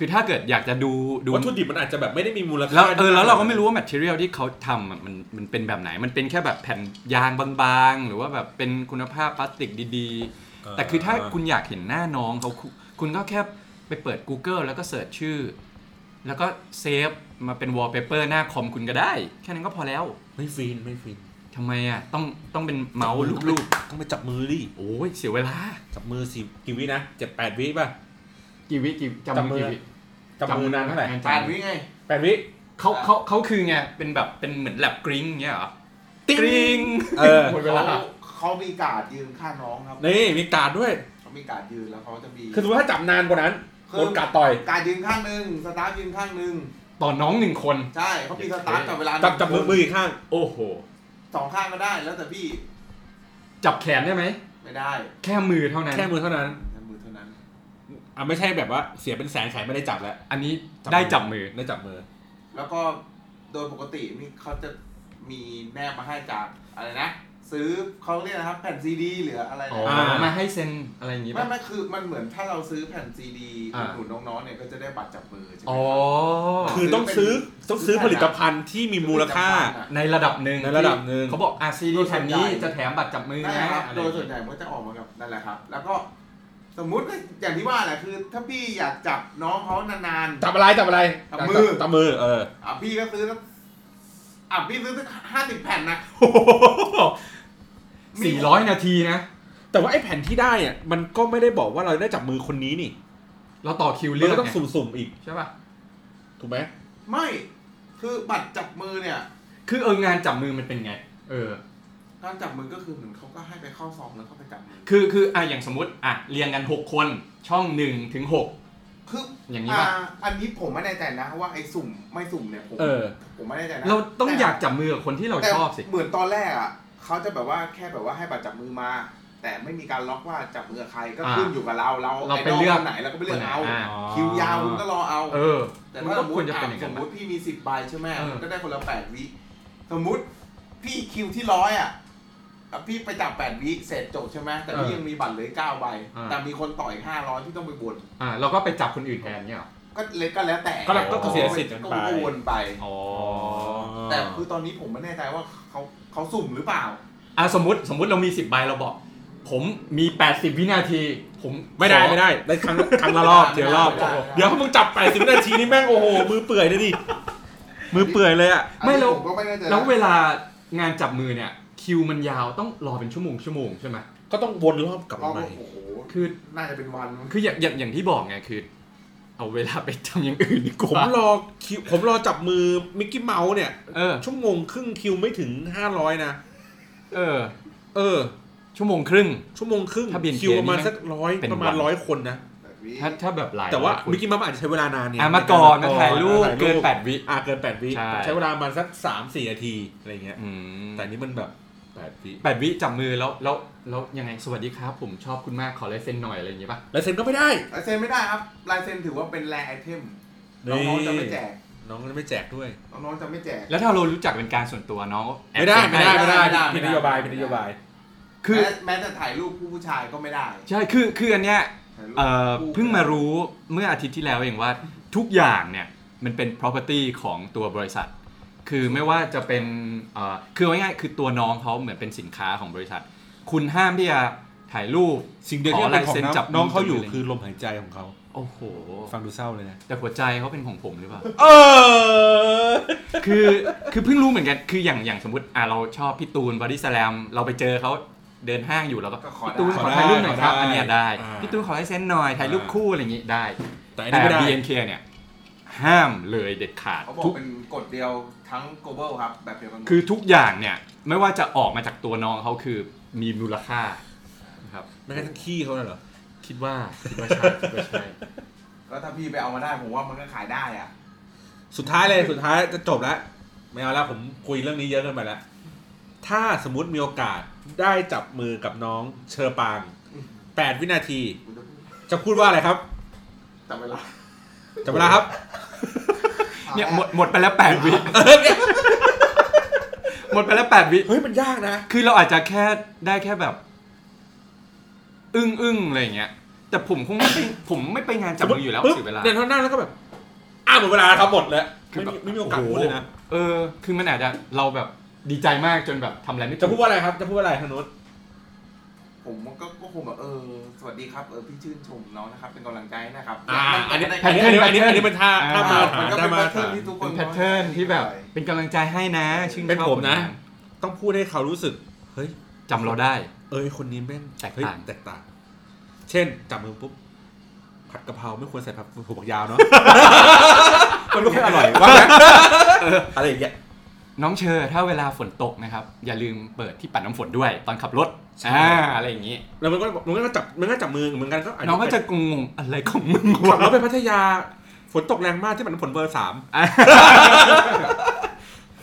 คือถ้าเกิดอยากจะดูดู วัตถุดิบมันอาจจะแบบไม่ได้มีมูลค่า แล้วเออแล้วเราก็ไม่รู้ว่าแมทเทียลที่เขาทำอะมันมันเป็นแบบไหน มันเป็นแค่แบบแผ่นยางบางๆ หรือว่าแบบเป็นคุณภาพพลาสติกดีๆ แต่คือถ้าคุณอยากเห็นหน้าน้องเขาคุณคุณก็แค่ไปเปิด Google แล้วก็เสิร์ชชื่อ แล้วก็เซฟมาเป็นวอลเปเปอร์หน้าคอมคุณก็ได้ แค่นั้นก็พอแล้ว ไม่ฟินไม่ฟิน ทำไมอ่ะต้องต้องเป็นเมาส์ลูก ต้องไปจับมือดิ ๆโอ้ยเสียเวลา จับมือสิกี่วินะเจ็ดแปดวิป่ะ กี่วิกี่ จำมือ จับมือนานเท่าไหร่ แปดวิไง แปดวิ เขาเขาเขาคือไงเป็นแบบเป็นเหมือนแลบกริ้งเงี้ยเหรอ ติ๊ กริ้ง เออ หมดเว เขา ลา เขามีการดยืนข้างน้องครับ นี่มีการดด้วย เขามีการดยืนแล้วเขาจะมี คือสมมติถ้าจับนานกว่านั้น คือ โดนการดต่อย การดยืนข้างหนึ่งสตาฟยืนข้างหนึ่ง ต่อน้องหนึ่งคน ใช่เขามีสตาฟกับเวลา จับจับ ห มื นึ่ อง มืออีกข้าง โอ้โห สองข้างก็ได้แล้วแต่พี่ จับแขนได้ไหม ไม่ได้ แค่มือเท่านั้น แค่มือเท่านั้น แค่มือเท่านั้น อ่ะไม่ใช่แบบว่าเสียเป็นแสนแขนไม่ได้จับแล้ว อันนี้ได้จับมือ ได้จับมือ แล้วก็โดยปกตินี่เขาจะมีแนบมาให้จากอะไรนะ ซื้อเขาเรียกนะครับแผ่นซีดีหรืออะไร อ๋อานะมาให้เซ็นอะไรอย่างงี้ ไม่ ป่ะ ไม่คือมันเหมือนถ้าเราซื้อแผ่นซีดี อ่า หนุนน้องๆเนี่ยก็จะได้บัตรจับมือใช่ไหม อ๋อ คือต้องซื้อต้องซื้อผลิตภัณฑ์ที่มีมูลค่า ในระดับหนึ่ง ในระดับหนึ่ง เขาบอกอาซีดีแผ่นนี้จะแถมบัตรจับมือ นั่นแห นะ ละครับ อะไร โดยส่วนใหญ่มันก็จะออกมากับนั่นแหละครับ แล้วก็สมมุติก็อย่างที่ว่าแหละคือ ถ้าพี่อยากจับน้องเขานาน จับอะไรจับอะไร จับมือ จับมือเอ อ ๆอ่ะพี่ก็ซื้อสักอ่ะพี่ซื้อสักห้าสิบแผ่นนะมี สี่ร้อยนาทีนะ แต่ว่าไอ้แผ่นที่ได้อ่ะมันก็ไม่ได้บอกว่าเราได้จับมือคนนี้นี่ เราต่อคิว มัน เลือก ก็ต้อง ไง สุ่มๆอีก ใช่ป่ะ ถูกไหม ไม่คือบัตรจับมือเนี่ย คือเอองานจับมือมันเป็นไง เออ การจับมือก็คือเหมือนเขาก็ให้ไปเข้าซองแล้วก็ไปจับมือ คือคืออ่ะอย่างสมมติอ่ะเรียงกัน 6 คนช่องหนึ่งถึงหก คือ อ อย่าง นี้ปะ อันนี้ผมไม่แน่ใจนะว่าไอ้สุ่มไม่สุ่มเนี่ยผม เออ ผมไม่แน่ใจนะ เราต้อง แ อยากจับมือกับคนที่เรา แต่ ชอบสิ เหมือนตอนแรกอ่ะเขาจะแบบว่าแค่แบบว่าให้บัตรจับมือมา แต่ไม่มีการล็อกว่าจับมือกับใครก็ อ่า ขึ้นอยู่กับเราเรา เรา อ้ ไป ด เลือก คนไหนเราก็ไปเลือก คนไหน เอา อ่า คิวยาวคุณก็รอเอา เออ แต่ มัน ถ้า ก็ สมม ควร ติ จะเป็นอย่าง ส นั้ ม น ม ปะ ติพี่มีสิบใบใช่ไหม เออ ก็ได้คนละแปดวิสมมุติพี่คิวที่ร้อยอ่ะอ่ะพี่ไปจับแปดวิเสร็จจบใช่ไหมแต่พี่ยังมีบัตรเหลือเก้าใบแต่มีคนต่ออีกห้าร้อยที่ต้องไปบน อ่าเราก็ไปจับคนอื่นแทนเนี่ยเหรอ ก็เล็กก็แล้วแต่ ก็แล้วก็เสียสิทธิ์กันไป ก็วนไป อ๋อ แต่คือตอนนี้ผมไม่แน่ใจว่าเขาเขาสุ่มหรือเปล่า อ่ะสมมติสมมติเรามีสิบใบเราบอก ผมมี 80 วินาที ผม ไม่ได้ ขอ ไม่ได้ได้ครั้งครั้งละรอบเดียวรอบ ไม่ได้ไม่ได้ เดี๋ยวมึงจับแปดสิบนาทีนี่แม่งโอ้โห มือเปื่อยเลยดิมือเปื่อยเลยอ่ะ ไม่แล้ว ผมก็ไม่แน่ใจนะ แล้วเวลางานจับมือเนี่ยคิวมันยาวต้องรอเป็นชั่วโมงชั่วโมงใช่ไหม ก็ต้องวนรอบกลับ ก็ มาใหม่ โอ้โห คือ น่าจะเป็นวันมั้ง คืออย่างอย่างอย่างที่บอกไงคือ เอาเวลาไปทำอย่าง อื่นดีก ผม ว่าร อคิวผมรอจับมือมิกกี้เมาส์เนี่ย เออ ชั่วโมงครึ่งคิวไม่ถึงห้าร้อยนะ เออ เออ ชั่วโมงครึ่ง ชั่วโมงครึ่ง ถ้า BNK คิวประมาณสักร้อย เป็น ประมาณ วัน ร้อยคนนะ แบบนี้ ถ้าถ้าแบบหลาย แต่ว่า ร้อยคน มิกกี้เมาส์อาจจะใช้เวลานานเนี่ย อ่ะมาก่อน ใ มาถ่ายรูป ถ่ เกิน 8 วิ อ่ะเกินแปดวิ ใช่ ใช้เวลาประมาณสักสามสี่นาทีอะไรเงี้ย อืม แต่อันนี้มันแบบแปดวิ แปดวิจับมือแล้วแล้วแล้วยังไงสวัสดีครับ ผมชอบคุณมากขอลายเซ็นหน่อยอะไรอย่างเงี้ยป่ะ ลายเซ็นก็ไม่ได้ ลายเซ็นไม่ได้ครับลายเซ็นถือว่าเป็นแรไอเทมน้ นี่ องๆจะไม่แจก น้องจะไม่แจกด้วย น้องๆจะไม่แจก แล้วถ้าเรารู้จักเป็นการส่วนตัวน้องแอบ ไม่ได้ ส่ง ไม่ได้ ให้ ไม่ได้ ไม่ได้ ผิด ไม่ น ได้ โยบายผิดนโยบาย คือ แม้แม้แต่ถ่ายรูปผู้ผู้ชายก็ไม่ได้ ใช่คือคืออันเนี้ย ถ่ายรูป เอ่อ ผู้ เพิ่งมารู้เมื่ออาทิตย์ที่แล้วเองว่าทุกอย่างเนี่ยมันเป็น property ของตัวบริษัท คือไม่ว่าจะเป็นเอ่อคือเอาง่ายๆคือตัวน้องเขาเหมือนเป็นสินค้าของบริษัท คุณห้ามที่จะถ่ายรูป สิ่งเดียวที่เป็นของ ขอลายเซ็นจับ น้ำน้องเขาอยู่ มือถือ คือลมหายใจของเขา โอ้โห ฟังดูเศร้าเลยนะ แต่หัวใจเขาเป็นของผมหรือเปล่า เออ คือคือเพิ่งรู้เหมือนกันคืออย่างอย่างสมมติอ่ะเราชอบพี่ตูนบอดี้สแลมเราไปเจอเขาเดินห้างอยู่เราก็ ก็ขอ พี่ ได้ ตูน ข ข อ อ ได้ ถ่ายรูปหน่อยครับ ขอได้ อันเนี้ยได้ อ่า พี่ตูนขอลายเซ็นหน่อยถ่ายรูปคู่อะไรอย่างงี้ได้ แต่อัน แต่ นี้ไม่ได้ BNK เนี่ยห้ามเลยเด็ดขาด เขาบอก ทุก เป็นกฎเดียวทั้ง global ครับ แบบเดียวกันหมด คือทุกอย่างเนี่ย ไม่ว่าจะออกมาจากตัวน้องเขาคือมีมูลค่านะครับ ไม่ใช่ทั้งขี้เขาน่ะเหรอ คิดว่าคิดว่าใช่คิดว่าใช่ ก็ถ้าพี่ไปเอามาได้ผมว่ามันก็ขายได้อะ สุดท้ายเลยสุดท้ายจะจบแล้วไม่เอาแล้วผมคุยเรื่องนี้เยอะเกินไปแล้วถ้าสมมติมีโอกาสได้จับมือกับน้องเชอปางแปดวินาที กูจะพูด จะพูดว่าอะไรครับ จับเวลา จับเวลาครับ เนี่ยหมดหมดไปแล้ว 8 วิหมดไปแล้ว 8 วิ เฮ้ยมันยากนะ คือเราอาจจะแค่ได้แค่แบบ อึ้งอึ้งอะไรอย่างเงี้ย แต่ผมคงไม่ไปผมไม่ไปงานจับมืออยู่แล้วเสียเวลา เดินเท่าหน้าแล้วก็แบบอ้าวหมดเวลาครับหมดแล้ว คือ ไม่ แบบ มีไม่มีโอกาสพูดเลยนะ เออ คือมันอาจจะเราแบบดีใจมากจนแบบทำอะไรไม่ จะ ถู พูด ก ว่าอะไรครับ จะพูดว่าอะไรธนุษ ผมก็ก็คงแบบเออ สวัสดีครับเออพี่ชื่นชมน้องนะครับเป็นกำลังใจให้นะครับ อ่าอันนี้ มัก็ อันนี้อันนี้อันนี้อันนี้มันท่าท่ามา มันก็ ท่า เป็น มา แพทเทิร์นที่ทุกค เป็น น แพทเทิร์นที่แบบ เป็นกำลังใจให้นะชื่นชอบ เป็นผมนะ ผลงา ต้องพูดให้เขารู้สึกเฮ้ย จำเราได้ เอ้ยคนนี้แม่ง แตกต่าง เฮ้ยแตกต่าง เช่นจับมือปุ๊บผัดกะเพราไม่ควรใส่ผักถั่วฝักยาวเนาะ มันไม่ค่อยอร่อยว่าไหมเออ อะไรอย่างเงี้ย น้องเชอถ้าเวลาฝนตกนะครับ อย่าลืมเปิดที่ปัดน้ำฝนด้วยตอนขับรถ ใช่ อ่าอะไรอย่างนี้ แล้วมันก็มันก็จับมันก็จับมือเหมือนกันก็า น้องก็จะ ไป งงๆอะไรของมึง ขับรถ วะ ไปพัทยา ฝนตกแรงมากที่มันน้ำฝนเบอร์ สาม อ่ะ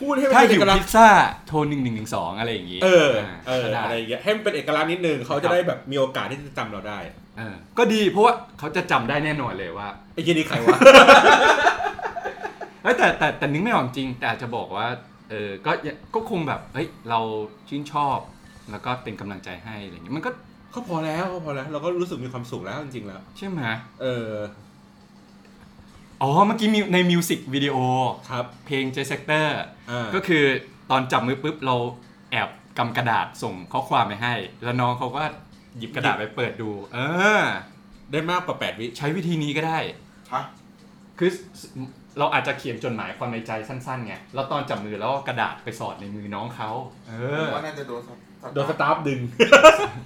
พูดให้มัน ถ้า เป็น หิ เอ ว กลัก พิ ษณ์ ซซ่าโทรหนึ่งหนึ่งหนึ่งสองอะไรอย่างนี้ เออ อ่า เออ ก็ได้ อะไรอย่างเงี้ยให้มันเป็นเอกลักษณ์นิดนึงเขาจะได้แบบมีโอกาสที่จะจำเราได้ เออก็ดีเพราะว่าเขาจะจำได้แน่นอนเลยว่า ไอ้ยี่นี่ใคร วะ เอ้ยแต่แต่แต่นึกไม่ออกจริง แต่อาจจะบอกว่าเออก็อย่าก็คงแบบเฮ้ยเราชื่นชอบ แล้วก็เป็นกำลังใจให้อะไรอย่างนี้มันก็ ก็พอแล้วก็พอแล้วเราก็รู้สึกมีความสุขแล้วจริงๆแล้ว ใช่ไหม เออ อ๋อเมื่อกี้มีในมิวสิกวิดีโอ ครับ เพลง J Sector อ่า ก็คือตอนจับมือปุ๊บเราแอบกำกระดาษส่งข้อความไปให้ แล้วน้องเขาก็หยิบกระดาษไปเปิดดู เออ ได้มากกว่าแปดวิ ใช้วิธีนี้ก็ได้ ฮะ คือเราอาจจะเขียนจดหมายความในใจสั้นๆไงแล้วตอนจับมือแล้วก็กระดาษไปสอดในมือน้องเขาเอ ผ อ มว่าน่าจะโดน โดนสตาฟดึง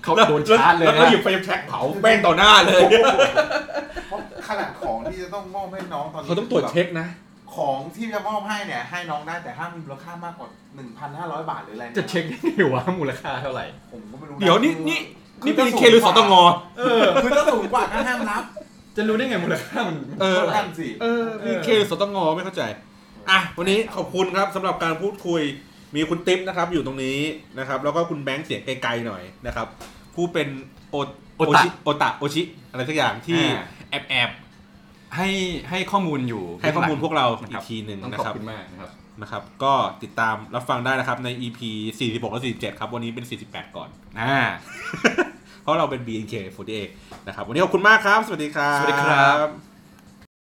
เขาโดนชาร์จเลย แล้วก็ นะ หยิบไฟแช็กเผาแม่งต่อหน้าเลย เพราะขนาดของที่จะต้องมอบให้น้องตอนนี้ เขาต้องตรวจเช็คนะ ของที่จะมอบให้เนี่ยให้น้องได้แต่ห้ามมีมูลค่ามากกว่า1,500 บาทหรืออะไรนี่ย จะเช็คได้ไงวะมูลค่าเท่าไหร่ ผมก็ไม่รู้ะ เดี๋ยวนี่ คือ นี่ คือ นี่เป็น ต้อง เคหรือ สู ส ง ต ก ง ว่า เออคือถ้าสูงกว่าก็ห้ามรับ จะรู้ได้ไงมูลค่ามัน เออ เท่าไหร่ นั่นสิ เออมีเคหรือสตงไม่เข้าใจ อ่ะ วันนี้ขอบคุณครับสำหรับการพูดคุยมีคุณติ๊บนะครับ อยู่ตรงนี้นะครับ แล้วก็คุณแบงค์เสียงไกลๆหน่อยนะครับ ผู้เป็นโอ โอตะ ชิโอตะโอชิ อะไรสักอย่างที่ อ่า แอบแอบ ให้ให้ข้อมูลอยู่ ๆให้ข้อมูลพวกเราอี ค ก บ ทีหนึ่ง ต้อง นะ ขอบ ครับ คุณมากนะครับ นะครับ ก็ติดตามรับฟังได้นะครับใน EP 46และ47 ครับ วันนี้เป็น 48 ก่อน อ่า เพราะเราเป็น BNK48 นะครับ วันนี้ขอบคุณมากครับ สวัสดีครับ สวัสดีครับ